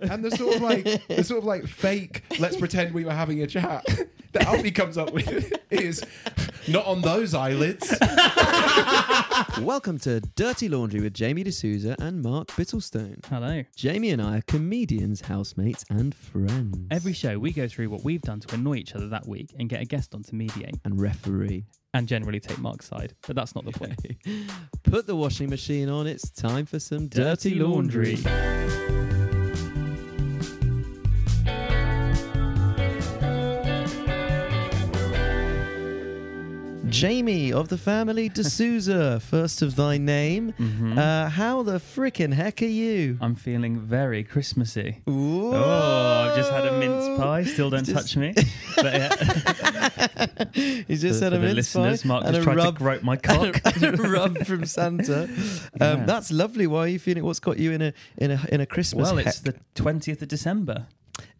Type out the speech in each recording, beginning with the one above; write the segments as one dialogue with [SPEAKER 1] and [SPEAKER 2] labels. [SPEAKER 1] and the sort of like the sort of like fake let's pretend we were having a chat that Alfie comes up with is not on those eyelids.
[SPEAKER 2] Welcome to Dirty Laundry with Jamie D'Souza and Mark Bittlestone.
[SPEAKER 3] Hello.
[SPEAKER 2] Jamie and I are comedians, housemates, and friends.
[SPEAKER 3] Every show, we go through what we've done to annoy each other that week and get a guest on to mediate
[SPEAKER 2] and referee.
[SPEAKER 3] and generally take Mark's side. But that's not the point.
[SPEAKER 2] Put the washing machine on. It's time for some dirty,
[SPEAKER 3] Dirty
[SPEAKER 2] laundry.
[SPEAKER 3] laundry.
[SPEAKER 2] Jamie of the family D'Souza, first of thy name.
[SPEAKER 3] Mhm.
[SPEAKER 2] Uh, how the frickin' heck are you?
[SPEAKER 3] I'm feeling very Christmassy.
[SPEAKER 2] Ooh.
[SPEAKER 3] Oh, I've just had a mince pie. Still don't
[SPEAKER 2] Just-
[SPEAKER 3] touch me. But yeah,
[SPEAKER 2] He's just
[SPEAKER 3] for,
[SPEAKER 2] had a
[SPEAKER 3] for the
[SPEAKER 2] mince pie
[SPEAKER 3] listeners, Mark
[SPEAKER 2] and
[SPEAKER 3] just
[SPEAKER 2] a
[SPEAKER 3] tried
[SPEAKER 2] rub
[SPEAKER 3] to grope my
[SPEAKER 2] and
[SPEAKER 3] cock.
[SPEAKER 2] a, and a rub from Santa. Um,
[SPEAKER 3] Yeah.
[SPEAKER 2] That's lovely. Why are you feeling? What's got you in a in a in a Christmas?
[SPEAKER 3] well, it's
[SPEAKER 2] heck?
[SPEAKER 3] the 20th of December,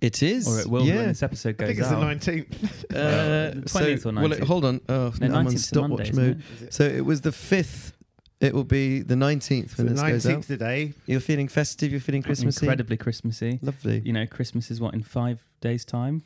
[SPEAKER 2] it is.
[SPEAKER 3] or it will be
[SPEAKER 2] yeah.
[SPEAKER 3] when this episode
[SPEAKER 4] I
[SPEAKER 3] goes
[SPEAKER 4] think it's
[SPEAKER 3] out.
[SPEAKER 4] the 19th.
[SPEAKER 2] Uh,
[SPEAKER 3] the
[SPEAKER 2] so-
[SPEAKER 3] 20th or
[SPEAKER 2] well, it-
[SPEAKER 3] 19th?
[SPEAKER 2] hold on. Oh,
[SPEAKER 3] No,
[SPEAKER 2] I'm on
[SPEAKER 3] 19th is
[SPEAKER 2] stopwatch
[SPEAKER 3] Monday, isn't
[SPEAKER 2] mode. So it was the fifth. It will be the 19th
[SPEAKER 4] the
[SPEAKER 2] when this goes out.
[SPEAKER 4] 19th today.
[SPEAKER 2] You're feeling festive. You're feling Christmassy.
[SPEAKER 3] Incredibly Christmassy.
[SPEAKER 2] Lovely.
[SPEAKER 3] You know, Christmas is what in five days' time.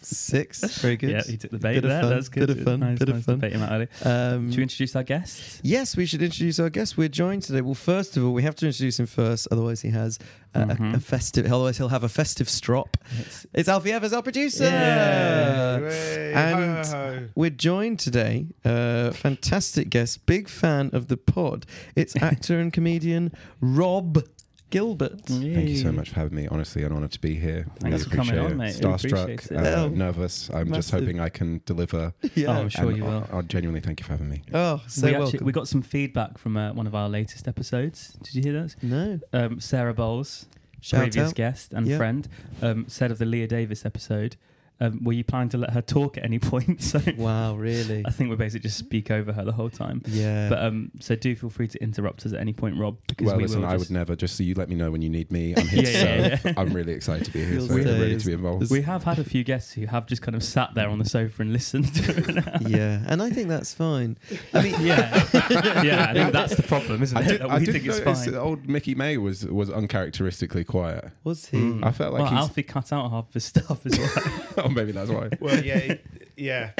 [SPEAKER 2] Six. Very good.
[SPEAKER 3] Yeah, he took the bait
[SPEAKER 2] Bit of
[SPEAKER 3] there.
[SPEAKER 2] fun,
[SPEAKER 3] That's good.
[SPEAKER 2] bit of fun,
[SPEAKER 3] Nice,
[SPEAKER 2] bit of
[SPEAKER 3] nice
[SPEAKER 2] fun.
[SPEAKER 3] To bait him out early.
[SPEAKER 2] Um,
[SPEAKER 3] Should we introduce our guest?
[SPEAKER 2] Yes, we should introduce our guest. We're joined today. Well, first of all, we have to introduce him first, otherwise he has a, a-
[SPEAKER 3] Mhm.
[SPEAKER 2] a festive. Otherwise he'll have a festive strop.
[SPEAKER 3] It's-
[SPEAKER 2] It's Alfie Evers, our producer.
[SPEAKER 1] Uh,
[SPEAKER 3] Yeah.
[SPEAKER 4] Hooray,
[SPEAKER 2] and-
[SPEAKER 4] ho, ho.
[SPEAKER 2] We're joined today, uh, fantastic guest, big fan of the pod. It's actor and comedian Rob Gilbert.
[SPEAKER 3] Mm.
[SPEAKER 1] Thank you so much for having me. Honestly, an honour to be here.
[SPEAKER 3] Thanks for coming on, mate. We appreciate
[SPEAKER 1] Starstruck,
[SPEAKER 3] it.
[SPEAKER 1] uh,
[SPEAKER 2] Oh,
[SPEAKER 1] nervous. I'm just
[SPEAKER 2] massive.
[SPEAKER 1] hoping I can deliver.
[SPEAKER 3] Oh, I'm
[SPEAKER 2] Yeah.
[SPEAKER 3] sure
[SPEAKER 1] and
[SPEAKER 3] you will.
[SPEAKER 1] I, I genuinely thank you for having me.
[SPEAKER 2] Oh, so
[SPEAKER 3] we, actually,
[SPEAKER 2] welcome.
[SPEAKER 3] we got some feedback from uh, one of our latest episodes. Did you hear those?
[SPEAKER 2] no.
[SPEAKER 3] Um, Sarah Bowles,
[SPEAKER 2] Shout
[SPEAKER 3] previous
[SPEAKER 2] out.
[SPEAKER 3] guest and
[SPEAKER 2] Yeah.
[SPEAKER 3] friend, um, said of the Leah Davis episode, um, were you planning to let her talk at any point? So
[SPEAKER 2] Wow, really?
[SPEAKER 3] I think we basically just speak over her the whole time.
[SPEAKER 2] Yeah.
[SPEAKER 3] But um, so do feel free to interrupt us at any point, Rob. Because
[SPEAKER 1] Well,
[SPEAKER 3] we
[SPEAKER 1] listen,
[SPEAKER 3] will
[SPEAKER 1] I
[SPEAKER 3] just-
[SPEAKER 1] would never. Just so you let me know when you need me. I'm here
[SPEAKER 3] Yeah,
[SPEAKER 1] to
[SPEAKER 3] yeah,
[SPEAKER 2] uh,
[SPEAKER 1] serve.
[SPEAKER 3] yeah.
[SPEAKER 1] I'm really excited to be here.
[SPEAKER 2] Feels
[SPEAKER 1] So
[SPEAKER 2] like
[SPEAKER 1] really
[SPEAKER 2] it's-
[SPEAKER 1] to be involved.
[SPEAKER 3] We have had a few guests who have just kind of sat there on the sofa and listened. to it.
[SPEAKER 2] yeah, and I think that's fine. I mean,
[SPEAKER 3] yeah, yeah. I think that's the problem, isn't
[SPEAKER 1] I
[SPEAKER 3] it?
[SPEAKER 1] did,
[SPEAKER 3] that we
[SPEAKER 1] I did
[SPEAKER 3] think it's
[SPEAKER 1] notice
[SPEAKER 3] fine.
[SPEAKER 1] that old Mickey May was was uncharacteristically quiet.
[SPEAKER 2] was he?
[SPEAKER 3] Mm.
[SPEAKER 1] I felt like
[SPEAKER 3] well, Alfie cut out half the stuff as well.
[SPEAKER 1] he's. oh, maybe that's why.
[SPEAKER 4] Well, yeah, yeah.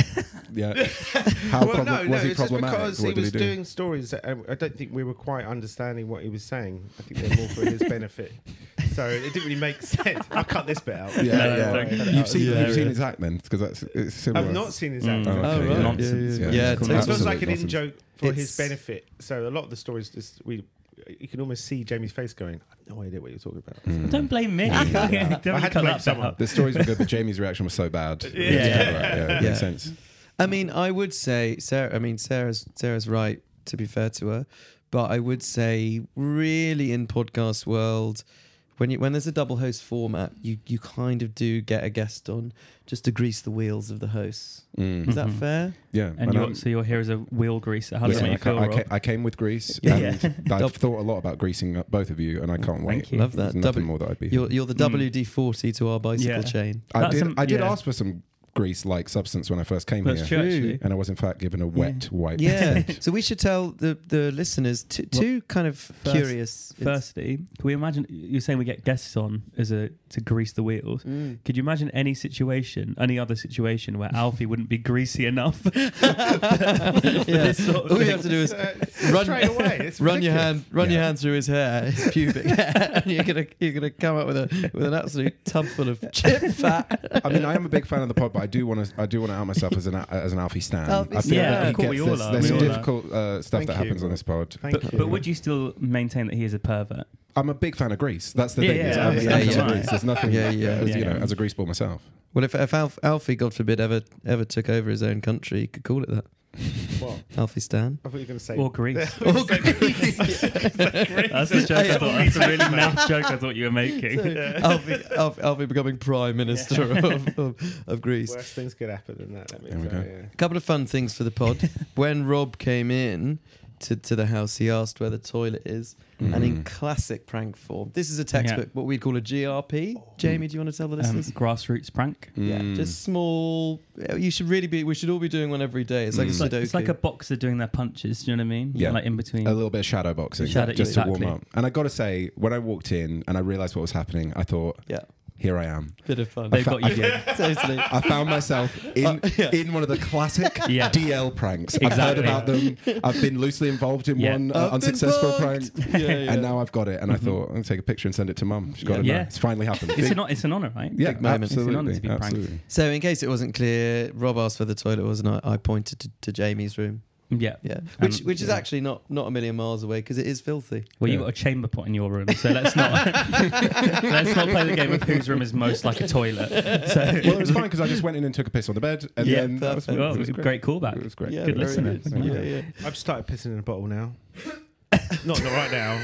[SPEAKER 1] Yeah. How
[SPEAKER 4] well,
[SPEAKER 1] prob-
[SPEAKER 4] no, no,
[SPEAKER 1] was he
[SPEAKER 4] it's just
[SPEAKER 1] problematic?
[SPEAKER 4] because
[SPEAKER 1] what
[SPEAKER 4] he
[SPEAKER 1] did
[SPEAKER 4] was
[SPEAKER 1] he do?
[SPEAKER 4] doing stories that um, I don't think we were quite understanding what he was saying. I think they're more for his benefit. So it didn't really make sense. I'll cut this bit out.
[SPEAKER 1] Yeah,
[SPEAKER 3] No,
[SPEAKER 1] yeah.
[SPEAKER 3] don't cut it
[SPEAKER 1] You've
[SPEAKER 3] out.
[SPEAKER 1] seen
[SPEAKER 2] Yeah,
[SPEAKER 1] you've seen
[SPEAKER 2] yeah.
[SPEAKER 1] his act then because that's it's similar.
[SPEAKER 4] I've not seen his
[SPEAKER 3] Mm.
[SPEAKER 4] act.
[SPEAKER 1] Oh,
[SPEAKER 2] Oh,
[SPEAKER 1] okay,
[SPEAKER 2] right.
[SPEAKER 1] yeah.
[SPEAKER 3] Nonsense.
[SPEAKER 2] Yeah, yeah,
[SPEAKER 1] Yeah,
[SPEAKER 2] yeah. totally.
[SPEAKER 3] it's called
[SPEAKER 4] It feels
[SPEAKER 1] Absolute
[SPEAKER 4] like an in
[SPEAKER 1] nonsense.
[SPEAKER 4] joke for
[SPEAKER 2] It's-
[SPEAKER 4] his benefit. So a lot of the stories just we. You can almost see Jamie's face going, I have no idea what you're talking about.
[SPEAKER 3] Don't blame me. Don't
[SPEAKER 4] I had to
[SPEAKER 3] cut
[SPEAKER 4] blame
[SPEAKER 3] that
[SPEAKER 4] someone.
[SPEAKER 3] out.
[SPEAKER 1] Hmm. The stories were good, but Jamie's reaction was so bad.
[SPEAKER 4] Yeah.
[SPEAKER 1] It's
[SPEAKER 3] Yeah.
[SPEAKER 1] kinda right, yeah, it
[SPEAKER 2] Yeah.
[SPEAKER 1] makes sense.
[SPEAKER 2] I mean, I would say Sarah. I mean, Sarah's Sarah's right. To be fair to her, but I would say really in podcast world, when you when there's a double host format, you you kind of do get a guest on just to grease the wheels of the hosts.
[SPEAKER 1] Mm.
[SPEAKER 2] Is that
[SPEAKER 3] Mhm.
[SPEAKER 2] fair?
[SPEAKER 1] Yeah,
[SPEAKER 3] And
[SPEAKER 1] and
[SPEAKER 3] you're,
[SPEAKER 1] I'm-
[SPEAKER 3] so you're here as a wheel greaser. How does
[SPEAKER 1] listen,
[SPEAKER 3] that
[SPEAKER 1] I,
[SPEAKER 3] make you
[SPEAKER 1] ca-
[SPEAKER 3] feel,
[SPEAKER 1] I,
[SPEAKER 3] Rob?
[SPEAKER 1] ca- I came with Greece.
[SPEAKER 2] Yeah.
[SPEAKER 1] and
[SPEAKER 2] Dub-
[SPEAKER 1] I've thought a lot about greasing up both of you, and I can't wait.
[SPEAKER 3] you.
[SPEAKER 2] Love
[SPEAKER 1] There's
[SPEAKER 2] that.
[SPEAKER 1] nothing
[SPEAKER 2] W-
[SPEAKER 1] more that I'd be.
[SPEAKER 2] you're you're the
[SPEAKER 3] Mm.
[SPEAKER 2] WD forty to our bicycle
[SPEAKER 3] Yeah.
[SPEAKER 2] chain.
[SPEAKER 1] I
[SPEAKER 3] That's
[SPEAKER 1] did.
[SPEAKER 3] some-
[SPEAKER 1] I did
[SPEAKER 3] yeah.
[SPEAKER 1] ask for some grease-like substance when I first came
[SPEAKER 3] That's
[SPEAKER 1] here,
[SPEAKER 3] true, actually.
[SPEAKER 1] and I was in fact given a wet wipe.
[SPEAKER 2] Yeah. so we should tell the the listeners t-
[SPEAKER 3] Well,
[SPEAKER 2] two kind of curious.
[SPEAKER 3] Firstly, can we imagine you're saying we get guests on as a to grease the wheels?
[SPEAKER 2] Mm.
[SPEAKER 3] Could you imagine any situation, any other situation where Alfie wouldn't be greasy enough?
[SPEAKER 2] yeah.
[SPEAKER 3] this sort of
[SPEAKER 2] All you
[SPEAKER 3] thing.
[SPEAKER 2] have to do is
[SPEAKER 4] Run,
[SPEAKER 2] Run-
[SPEAKER 4] straight away. It's
[SPEAKER 2] Run your
[SPEAKER 4] ridiculous.
[SPEAKER 2] hand, run your
[SPEAKER 1] Yeah.
[SPEAKER 2] hand through his hair, his pubic hair, and you're gonna you're gonna come up with a with an absolute tub full of chip fat.
[SPEAKER 1] I mean, I am a big fan of the pod, but I do want to. I do want to out myself as an as an Alfie stan.
[SPEAKER 2] Alfie
[SPEAKER 1] I feel
[SPEAKER 2] stan.
[SPEAKER 1] that
[SPEAKER 2] Yeah,
[SPEAKER 1] he
[SPEAKER 2] of
[SPEAKER 3] course,
[SPEAKER 1] gets
[SPEAKER 3] we all
[SPEAKER 1] this.
[SPEAKER 3] are,
[SPEAKER 1] There's
[SPEAKER 2] we
[SPEAKER 1] some
[SPEAKER 2] all are.
[SPEAKER 1] difficult uh, stuff
[SPEAKER 4] Thank
[SPEAKER 1] that
[SPEAKER 4] you.
[SPEAKER 1] happens on this pod.
[SPEAKER 4] Thank
[SPEAKER 3] But,
[SPEAKER 4] you.
[SPEAKER 3] but would you still maintain that he is a pervert?
[SPEAKER 1] I'm a big fan of Greece. That's the
[SPEAKER 3] Yeah,
[SPEAKER 1] thing.
[SPEAKER 3] yeah,
[SPEAKER 1] is
[SPEAKER 3] yeah,
[SPEAKER 1] I'm a
[SPEAKER 3] yeah,
[SPEAKER 1] fan of
[SPEAKER 3] yeah.
[SPEAKER 1] Greece. There's nothing.
[SPEAKER 2] Yeah, yeah,
[SPEAKER 1] as, you
[SPEAKER 3] yeah.
[SPEAKER 1] know, as a greaseball myself.
[SPEAKER 2] Well, if, if Alf, Alfie, God forbid, ever ever took over his own country, you could call it that.
[SPEAKER 4] What?
[SPEAKER 2] Alfie Stan.
[SPEAKER 4] I thought you were going to say.
[SPEAKER 3] Or Greece?
[SPEAKER 2] Or
[SPEAKER 3] That's the joke I thought. That's a really naff joke I thought you were making.
[SPEAKER 2] Alfie, Alfie, Alfie becoming prime minister of, of, of Greece.
[SPEAKER 4] Worst things could happen than that. Let me
[SPEAKER 1] There we
[SPEAKER 4] tell
[SPEAKER 1] go.
[SPEAKER 2] A couple of fun things for the pod. when Rob came in, to, to the house, he asked where the toilet is. And in classic prank form, this is a textbook, what we'd call a GRP. Jamie, do you want to tell the
[SPEAKER 3] Um,
[SPEAKER 2] listeners?
[SPEAKER 3] grassroots prank.
[SPEAKER 2] Yeah,
[SPEAKER 1] Mm.
[SPEAKER 2] just small. You should really be. We should all be doing one every day. It's like
[SPEAKER 3] It's
[SPEAKER 2] a
[SPEAKER 3] like,
[SPEAKER 2] Sudoku.
[SPEAKER 3] it's like a boxer doing their punches. Do you know what I mean?
[SPEAKER 1] Yeah.
[SPEAKER 3] Like in between.
[SPEAKER 1] a little bit of shadow boxing
[SPEAKER 3] Shadow-
[SPEAKER 1] just to
[SPEAKER 3] exactly.
[SPEAKER 1] warm up. And I got to say, when I walked in and I realized what was happening, I thought,
[SPEAKER 2] yeah,
[SPEAKER 1] here I am.
[SPEAKER 2] bit of fun.
[SPEAKER 3] They've got you.
[SPEAKER 2] totally.
[SPEAKER 1] I found myself in
[SPEAKER 2] Uh, yeah.
[SPEAKER 1] in one of the classic
[SPEAKER 3] Yeah.
[SPEAKER 1] DL pranks. I've heard
[SPEAKER 3] Exactly.
[SPEAKER 1] about them. I've been loosely involved in
[SPEAKER 3] Yeah.
[SPEAKER 1] one uh,
[SPEAKER 2] I've been
[SPEAKER 1] unsuccessful prank.
[SPEAKER 2] bugged. Yeah, yeah.
[SPEAKER 1] And now I've got it, and I thought I'm gonna take a picture and send it to mum. She's got it.
[SPEAKER 3] Yeah.
[SPEAKER 1] now.
[SPEAKER 3] Yeah.
[SPEAKER 1] It's finally happened.
[SPEAKER 3] It's an, hon- it's an honor, right?
[SPEAKER 1] yeah,
[SPEAKER 2] big moment. It's an
[SPEAKER 1] absolutely,
[SPEAKER 3] honour to be pranked.
[SPEAKER 1] absolutely.
[SPEAKER 2] so, in case it wasn't clear, Rob asked where the toilet was, and I, I pointed to, to Jamie's room.
[SPEAKER 3] Yeah.
[SPEAKER 2] Yeah, which
[SPEAKER 3] Um,
[SPEAKER 2] which is
[SPEAKER 3] yeah.
[SPEAKER 2] actually not not a million miles away because it is filthy.
[SPEAKER 3] Well, you've
[SPEAKER 1] Yeah.
[SPEAKER 3] got a chamber pot in your room, so let's not let's not play the game of whose room is most like a toilet. So,
[SPEAKER 1] Well, it was fine because I just went in and took a piss on the bed, and
[SPEAKER 3] Yeah,
[SPEAKER 1] then that was,
[SPEAKER 2] perfect.
[SPEAKER 1] it
[SPEAKER 3] well,
[SPEAKER 1] was great.
[SPEAKER 3] great
[SPEAKER 1] It
[SPEAKER 3] callback.
[SPEAKER 1] was great.
[SPEAKER 2] Yeah,
[SPEAKER 3] Good
[SPEAKER 2] very
[SPEAKER 3] listener.
[SPEAKER 2] good. Yeah, yeah.
[SPEAKER 4] I've started pissing in a bottle now. not not right now,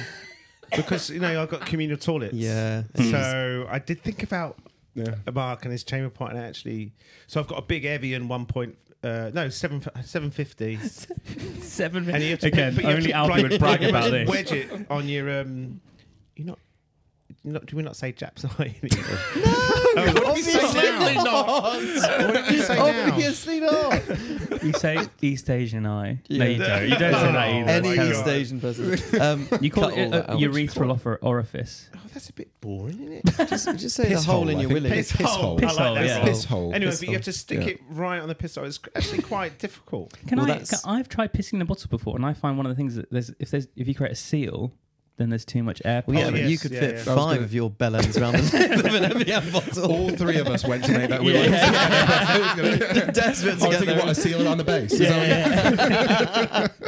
[SPEAKER 4] because you know I've got communal toilets.
[SPEAKER 2] Yeah.
[SPEAKER 3] Hmm.
[SPEAKER 4] So I did think about
[SPEAKER 1] Yeah.
[SPEAKER 4] Mark and his chamber pot, and actually, so I've got a big Evian one point. Uh, no, seven seven fifty.
[SPEAKER 3] Seven
[SPEAKER 4] And you have to
[SPEAKER 3] again.
[SPEAKER 4] but you have
[SPEAKER 3] only
[SPEAKER 4] to
[SPEAKER 3] Alfie
[SPEAKER 4] blind-
[SPEAKER 3] would brag
[SPEAKER 4] you
[SPEAKER 3] about
[SPEAKER 4] have to
[SPEAKER 3] this.
[SPEAKER 4] Wedge it on your um. You not. Not, do we not say Japs Oh, eye? no,
[SPEAKER 2] Obviously not.
[SPEAKER 4] What did you say now?
[SPEAKER 2] Obviously not.
[SPEAKER 3] You say East Asian eye. No,
[SPEAKER 2] Yeah.
[SPEAKER 3] you don't. You don't say that either.
[SPEAKER 2] Any
[SPEAKER 4] my
[SPEAKER 2] East
[SPEAKER 4] God.
[SPEAKER 2] Asian person. Um,
[SPEAKER 3] you call
[SPEAKER 2] cut
[SPEAKER 3] it
[SPEAKER 2] all
[SPEAKER 3] a,
[SPEAKER 2] that
[SPEAKER 3] a
[SPEAKER 2] out.
[SPEAKER 3] urethral offer orifice.
[SPEAKER 4] Oh, that's a bit boring, isn't it?
[SPEAKER 2] Just, just say the hole in
[SPEAKER 1] I
[SPEAKER 2] your
[SPEAKER 1] think.
[SPEAKER 2] willy.
[SPEAKER 1] Piss hole.
[SPEAKER 3] Piss hole,
[SPEAKER 2] yeah.
[SPEAKER 1] Piss hole.
[SPEAKER 4] anyway,
[SPEAKER 2] piss
[SPEAKER 4] but you have to stick
[SPEAKER 1] Yeah.
[SPEAKER 4] it right on the piss hole. It's actually quite difficult.
[SPEAKER 3] Can
[SPEAKER 2] Well,
[SPEAKER 3] I?
[SPEAKER 2] that's-
[SPEAKER 3] Can, I've tried pissing in a bottle before, and I find one of the things that there's if there's if you create a seal, then there's too much air.
[SPEAKER 2] Well, yeah,
[SPEAKER 4] Oh,
[SPEAKER 2] but
[SPEAKER 3] passing.
[SPEAKER 4] yes,
[SPEAKER 2] you could
[SPEAKER 4] yeah,
[SPEAKER 2] fit
[SPEAKER 1] I
[SPEAKER 4] yeah.
[SPEAKER 1] was
[SPEAKER 2] five
[SPEAKER 1] gonna-
[SPEAKER 2] of your bellends around the length of an Evian bottle.
[SPEAKER 1] All three of us went to make that. We
[SPEAKER 2] Yeah.
[SPEAKER 1] were I
[SPEAKER 2] Desperate to
[SPEAKER 1] was
[SPEAKER 2] get
[SPEAKER 1] thinking, what
[SPEAKER 2] there.
[SPEAKER 1] a seal on the base. Is that what-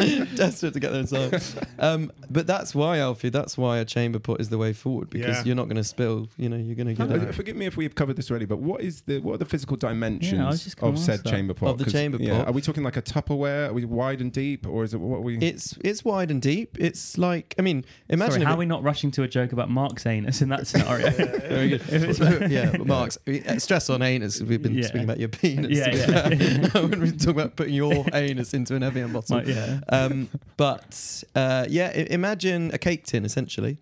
[SPEAKER 2] Yeah. Desperate to get there inside. Um, but that's why, Alfie, that's why a chamber pot is the way forward because
[SPEAKER 4] Yeah.
[SPEAKER 2] you're not going to spill. You know, you're going to get
[SPEAKER 1] Uh,
[SPEAKER 2] it.
[SPEAKER 1] Forgive me if we've covered this already, but what is the what are the physical
[SPEAKER 3] Yeah, I was
[SPEAKER 1] dimensions
[SPEAKER 3] just gonna
[SPEAKER 1] of said
[SPEAKER 3] ask that.
[SPEAKER 1] chamber pot?
[SPEAKER 2] Of the
[SPEAKER 1] 'Cause,
[SPEAKER 2] chamber
[SPEAKER 1] yeah,
[SPEAKER 2] pot.
[SPEAKER 1] Are we talking like a Tupperware? Are we wide and deep, or is it what are we?
[SPEAKER 2] It's it's wide and deep. It's like I mean, imagine
[SPEAKER 3] Sorry,
[SPEAKER 2] if
[SPEAKER 3] how
[SPEAKER 2] it-
[SPEAKER 3] are we not rushing to a joke about Mark's anus in that scenario?
[SPEAKER 2] Very good. yeah, Mark's uh, stress on anus. We've been
[SPEAKER 3] Yeah.
[SPEAKER 2] speaking about your penis.
[SPEAKER 3] Yeah, yeah.
[SPEAKER 2] I wouldn't be talking about putting your anus into an Evian bottle.
[SPEAKER 3] Like, yeah.
[SPEAKER 2] Um, but uh, yeah, i- imagine a cake tin essentially,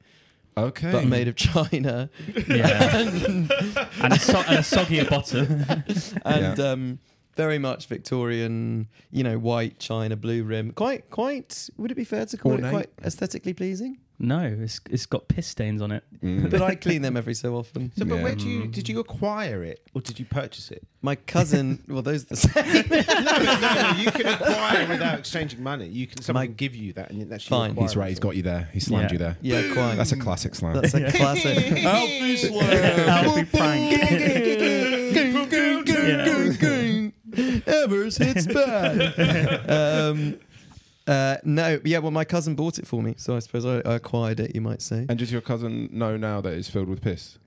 [SPEAKER 1] okay.
[SPEAKER 2] but made of china,
[SPEAKER 3] Yeah.
[SPEAKER 2] and,
[SPEAKER 3] and, a so- and a soggier bottom.
[SPEAKER 2] and um, very much Victorian, you know, white china, blue rim. Quite, quite. Would it be fair to call it
[SPEAKER 1] Ornate.
[SPEAKER 2] quite aesthetically pleasing?
[SPEAKER 3] No, it's it's got piss stains on it.
[SPEAKER 1] Mm.
[SPEAKER 2] But I clean them every so often.
[SPEAKER 4] So, but
[SPEAKER 1] Yeah.
[SPEAKER 4] where do you did you acquire it or did you purchase it?
[SPEAKER 2] My cousin. Well, those are the same.
[SPEAKER 4] no, you can acquire it without exchanging money. You can someone
[SPEAKER 2] My-
[SPEAKER 4] can give you that and that's
[SPEAKER 2] Fine.
[SPEAKER 1] he's right. He's got you there. He slammed
[SPEAKER 3] Yeah.
[SPEAKER 1] you there.
[SPEAKER 2] Yeah, quite.
[SPEAKER 1] That's a classic Oh, slam.
[SPEAKER 2] That's a classic.
[SPEAKER 1] Alfie
[SPEAKER 3] Alfie Frank.
[SPEAKER 2] Evers hits back. Um, uh, no, yeah. Well, my cousin bought it for me, so I suppose I, I acquired it. You might say
[SPEAKER 1] And does your cousin know now that it's filled with piss?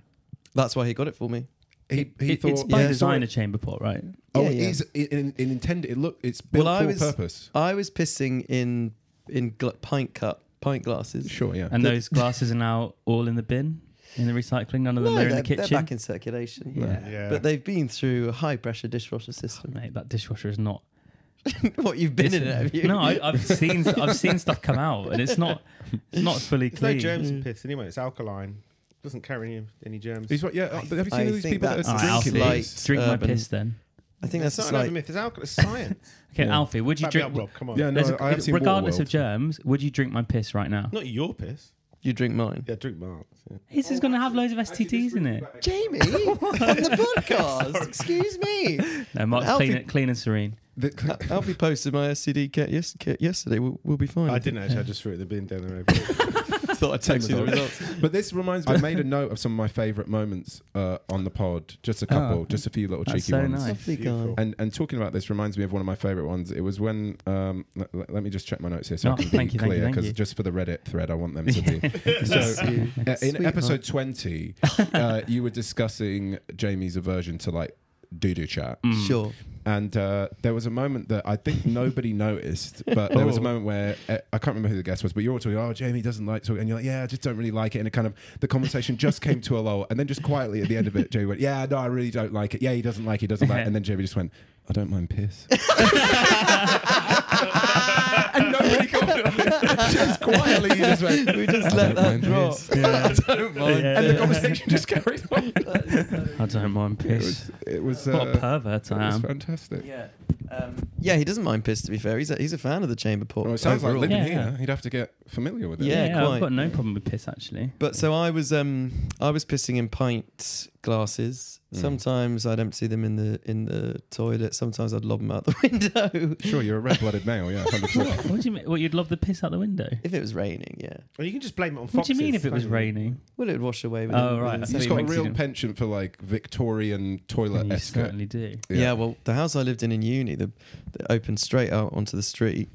[SPEAKER 2] that's why he got it for me.
[SPEAKER 1] He he
[SPEAKER 3] It-
[SPEAKER 1] thought.
[SPEAKER 3] it's by
[SPEAKER 2] Yeah.
[SPEAKER 3] design a chamber pot, right?
[SPEAKER 1] oh,
[SPEAKER 2] Yeah,
[SPEAKER 1] it
[SPEAKER 2] yeah.
[SPEAKER 1] is it, it, it intended. It look. It's built
[SPEAKER 2] Well, I
[SPEAKER 1] for
[SPEAKER 2] was-
[SPEAKER 1] purpose.
[SPEAKER 2] I was pissing in in gl- pint cup pint glasses.
[SPEAKER 1] Sure. Yeah.
[SPEAKER 3] And
[SPEAKER 2] Uh, The-
[SPEAKER 3] those glasses are now all in the bin, in the recycling. None of them
[SPEAKER 2] No,
[SPEAKER 3] are in
[SPEAKER 2] they're,
[SPEAKER 3] the
[SPEAKER 2] they're
[SPEAKER 3] kitchen.
[SPEAKER 2] back in circulation.
[SPEAKER 3] yeah.
[SPEAKER 4] Yeah.
[SPEAKER 2] But they've been through a high pressure dishwasher system.
[SPEAKER 3] Mate, that dishwasher is not.
[SPEAKER 2] what you've been in it, have you?
[SPEAKER 3] No, I, I've seen I've seen stuff come out, and it's not it's not fully
[SPEAKER 4] There's no
[SPEAKER 3] clean.
[SPEAKER 4] germs
[SPEAKER 1] Mm.
[SPEAKER 4] in piss anyway. It's alkaline. Doesn't carry any, any germs.
[SPEAKER 1] He's right. Yeah. uh, Have you seen
[SPEAKER 2] I
[SPEAKER 1] all these
[SPEAKER 2] think
[SPEAKER 1] people that
[SPEAKER 2] that's
[SPEAKER 1] are
[SPEAKER 3] All right,
[SPEAKER 2] Drink
[SPEAKER 1] drinking
[SPEAKER 2] light,
[SPEAKER 3] Alfie,
[SPEAKER 2] um,
[SPEAKER 1] these?
[SPEAKER 3] drink my
[SPEAKER 2] urban-
[SPEAKER 3] piss then.
[SPEAKER 2] I think that's
[SPEAKER 4] it's not
[SPEAKER 2] just
[SPEAKER 4] another
[SPEAKER 2] like
[SPEAKER 4] myth. It's alcohol. It's science.
[SPEAKER 3] Okay,
[SPEAKER 1] Yeah.
[SPEAKER 3] Alfie, would you
[SPEAKER 4] Back me
[SPEAKER 3] drink?
[SPEAKER 4] up, Rob. Come on.
[SPEAKER 1] Yeah, no,
[SPEAKER 3] there's a-
[SPEAKER 1] I have seen
[SPEAKER 3] regardless
[SPEAKER 1] Waterworld.
[SPEAKER 3] of germs, would you drink my piss right now?
[SPEAKER 4] Not your piss.
[SPEAKER 2] you drink mine.
[SPEAKER 4] Yeah, drink Mark's. Yeah.
[SPEAKER 3] This is going to have loads of STDs in it.
[SPEAKER 2] Jamie on the podcast. Excuse me.
[SPEAKER 3] No, Mark's
[SPEAKER 2] Alfie-
[SPEAKER 3] clean, clean and serene.
[SPEAKER 1] The-
[SPEAKER 2] I'll be posted my SCD kit, yes, kit yesterday. We'll, we'll be fine.
[SPEAKER 4] I didn't actually. I just threw it in the bin down the road.
[SPEAKER 2] thought I'd text you the results.
[SPEAKER 1] But this reminds me, I made a note of some of my favourite moments uh, on the pod. Just a couple,
[SPEAKER 3] Oh.
[SPEAKER 1] just a few little
[SPEAKER 3] That's
[SPEAKER 1] cheeky
[SPEAKER 3] so
[SPEAKER 1] ones.
[SPEAKER 3] nice.
[SPEAKER 2] Lovely guy.
[SPEAKER 4] Beautiful.
[SPEAKER 1] And and talking about this reminds me of one of my favourite ones. It was when um, l- l- let me just check my notes here so
[SPEAKER 3] Oh,
[SPEAKER 1] I can
[SPEAKER 3] thank
[SPEAKER 1] be
[SPEAKER 3] you, thank you,
[SPEAKER 1] clear
[SPEAKER 3] thank you.
[SPEAKER 1] just for the Reddit thread, I want them to be.
[SPEAKER 2] Bless
[SPEAKER 1] so
[SPEAKER 2] you.
[SPEAKER 1] uh, in
[SPEAKER 2] Sweetheart.
[SPEAKER 1] episode twenty, uh, you were discussing Jamie's aversion to like doo doo chat,
[SPEAKER 3] Hmm,
[SPEAKER 2] Sure.
[SPEAKER 1] and uh, there was a moment that I think nobody noticed, but there was a
[SPEAKER 3] Oh.
[SPEAKER 1] moment where uh, I can't remember who the guest was, but you're all talking, oh, Jamie doesn't like talking, and you're like, yeah, I just don't really like it. And it kind of, the conversation just came to a lull. And then just quietly at the end of it, Jamie went, yeah, no, I really don't like it. Yeah, he doesn't like it, he doesn't like it. And then Jamie just went, I don't mind piss. and nobody got just quietly you just went,
[SPEAKER 2] we just
[SPEAKER 1] I don't
[SPEAKER 2] let that
[SPEAKER 1] mind
[SPEAKER 2] drop.
[SPEAKER 1] this.
[SPEAKER 3] Yeah.
[SPEAKER 2] I don't mind.
[SPEAKER 3] Yeah.
[SPEAKER 1] and the conversation just carried on.
[SPEAKER 3] I don't mind
[SPEAKER 1] It
[SPEAKER 3] piss.
[SPEAKER 1] was, it was,
[SPEAKER 3] What a
[SPEAKER 1] uh,
[SPEAKER 3] pervert
[SPEAKER 1] it
[SPEAKER 3] I
[SPEAKER 1] was
[SPEAKER 3] am.
[SPEAKER 1] fantastic.
[SPEAKER 2] Yeah. Um, yeah, he doesn't mind piss. To be fair, he's a, he's a fan of the chamber port.
[SPEAKER 1] Well, it sounds like
[SPEAKER 2] overall.
[SPEAKER 1] living
[SPEAKER 3] Yeah.
[SPEAKER 1] here, you'd have to get familiar with it.
[SPEAKER 2] Yeah, quite.
[SPEAKER 3] I've got no problem with piss actually.
[SPEAKER 2] But so I was um I was pissing in pint glasses.
[SPEAKER 1] Mm.
[SPEAKER 2] Sometimes I'd empty them in the in the toilet. Sometimes I'd lob them out the window.
[SPEAKER 1] Sure, you're a red-blooded male, yeah, 100%.
[SPEAKER 3] What do you mean? What you'd love the piss out the window?
[SPEAKER 2] If it was raining, yeah.
[SPEAKER 4] Well, you can just blame it on
[SPEAKER 3] What do
[SPEAKER 4] foxes.
[SPEAKER 3] you mean if it was
[SPEAKER 4] can't you?
[SPEAKER 3] raining?
[SPEAKER 2] Well, it'd wash away. With
[SPEAKER 3] Oh, right.
[SPEAKER 1] He's
[SPEAKER 3] It
[SPEAKER 1] got a
[SPEAKER 3] makes
[SPEAKER 1] real
[SPEAKER 3] you-
[SPEAKER 1] penchant for like Victorian toilet
[SPEAKER 3] you
[SPEAKER 1] etiquette.
[SPEAKER 3] certainly do.
[SPEAKER 2] Mm, Yeah. well, the house I lived in in uni, the, the opened straight out onto the street.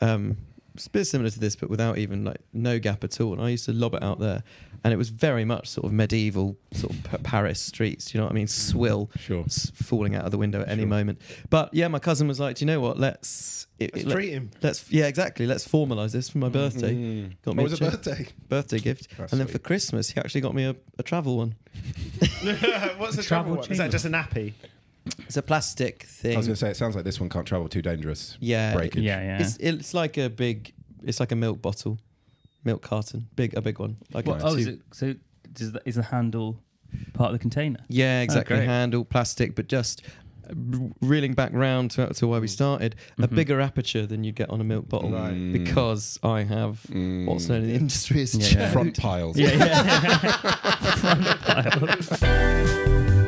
[SPEAKER 2] Um, it's a bit similar to this, but without even like no gap at all. And I used to lob it out there, and it was very much sort of medieval sort of Pa- Paris streets. You know what I mean? Swill
[SPEAKER 1] sure.
[SPEAKER 2] s- falling out of the window at any
[SPEAKER 1] Sure.
[SPEAKER 2] moment. But yeah, my cousin was like, "Do you know what? Let's it,
[SPEAKER 4] Let's
[SPEAKER 2] it- let,
[SPEAKER 4] treat him.
[SPEAKER 2] us yeah, exactly. Let's formalize this for my birthday.
[SPEAKER 1] Mm.
[SPEAKER 2] Got
[SPEAKER 1] Oh,
[SPEAKER 2] me
[SPEAKER 1] it was
[SPEAKER 2] a
[SPEAKER 1] a
[SPEAKER 2] check.
[SPEAKER 1] birthday.
[SPEAKER 2] Birthday gift."
[SPEAKER 1] That's
[SPEAKER 2] and then
[SPEAKER 1] sweet.
[SPEAKER 2] for Christmas, he actually got me a, a travel one.
[SPEAKER 4] What's
[SPEAKER 3] Travel
[SPEAKER 4] the travel one? Is
[SPEAKER 3] chamber.
[SPEAKER 4] that just a nappy?
[SPEAKER 2] It's a plastic thing.
[SPEAKER 1] I was going to say, it sounds like this one can't travel too dangerous.
[SPEAKER 2] yeah,
[SPEAKER 1] Breakage.
[SPEAKER 3] Yeah, yeah.
[SPEAKER 2] It's it's like a big, it's like a milk bottle, milk carton, big a big one. Like
[SPEAKER 3] What-
[SPEAKER 2] a
[SPEAKER 3] oh, is
[SPEAKER 2] two-
[SPEAKER 3] it, so does the, is the handle part of the container?
[SPEAKER 2] Yeah, exactly.
[SPEAKER 3] great.
[SPEAKER 2] Handle plastic, but just uh, r- reeling back round to, to where we started, a
[SPEAKER 3] Mhm.
[SPEAKER 2] bigger aperture than you'd get on a milk bottle
[SPEAKER 4] Right.
[SPEAKER 2] because I have
[SPEAKER 1] Mm.
[SPEAKER 2] what's known in the industry as
[SPEAKER 3] Yeah,
[SPEAKER 2] chode.
[SPEAKER 3] yeah.
[SPEAKER 1] front piles.
[SPEAKER 3] Yeah, yeah. Front pile.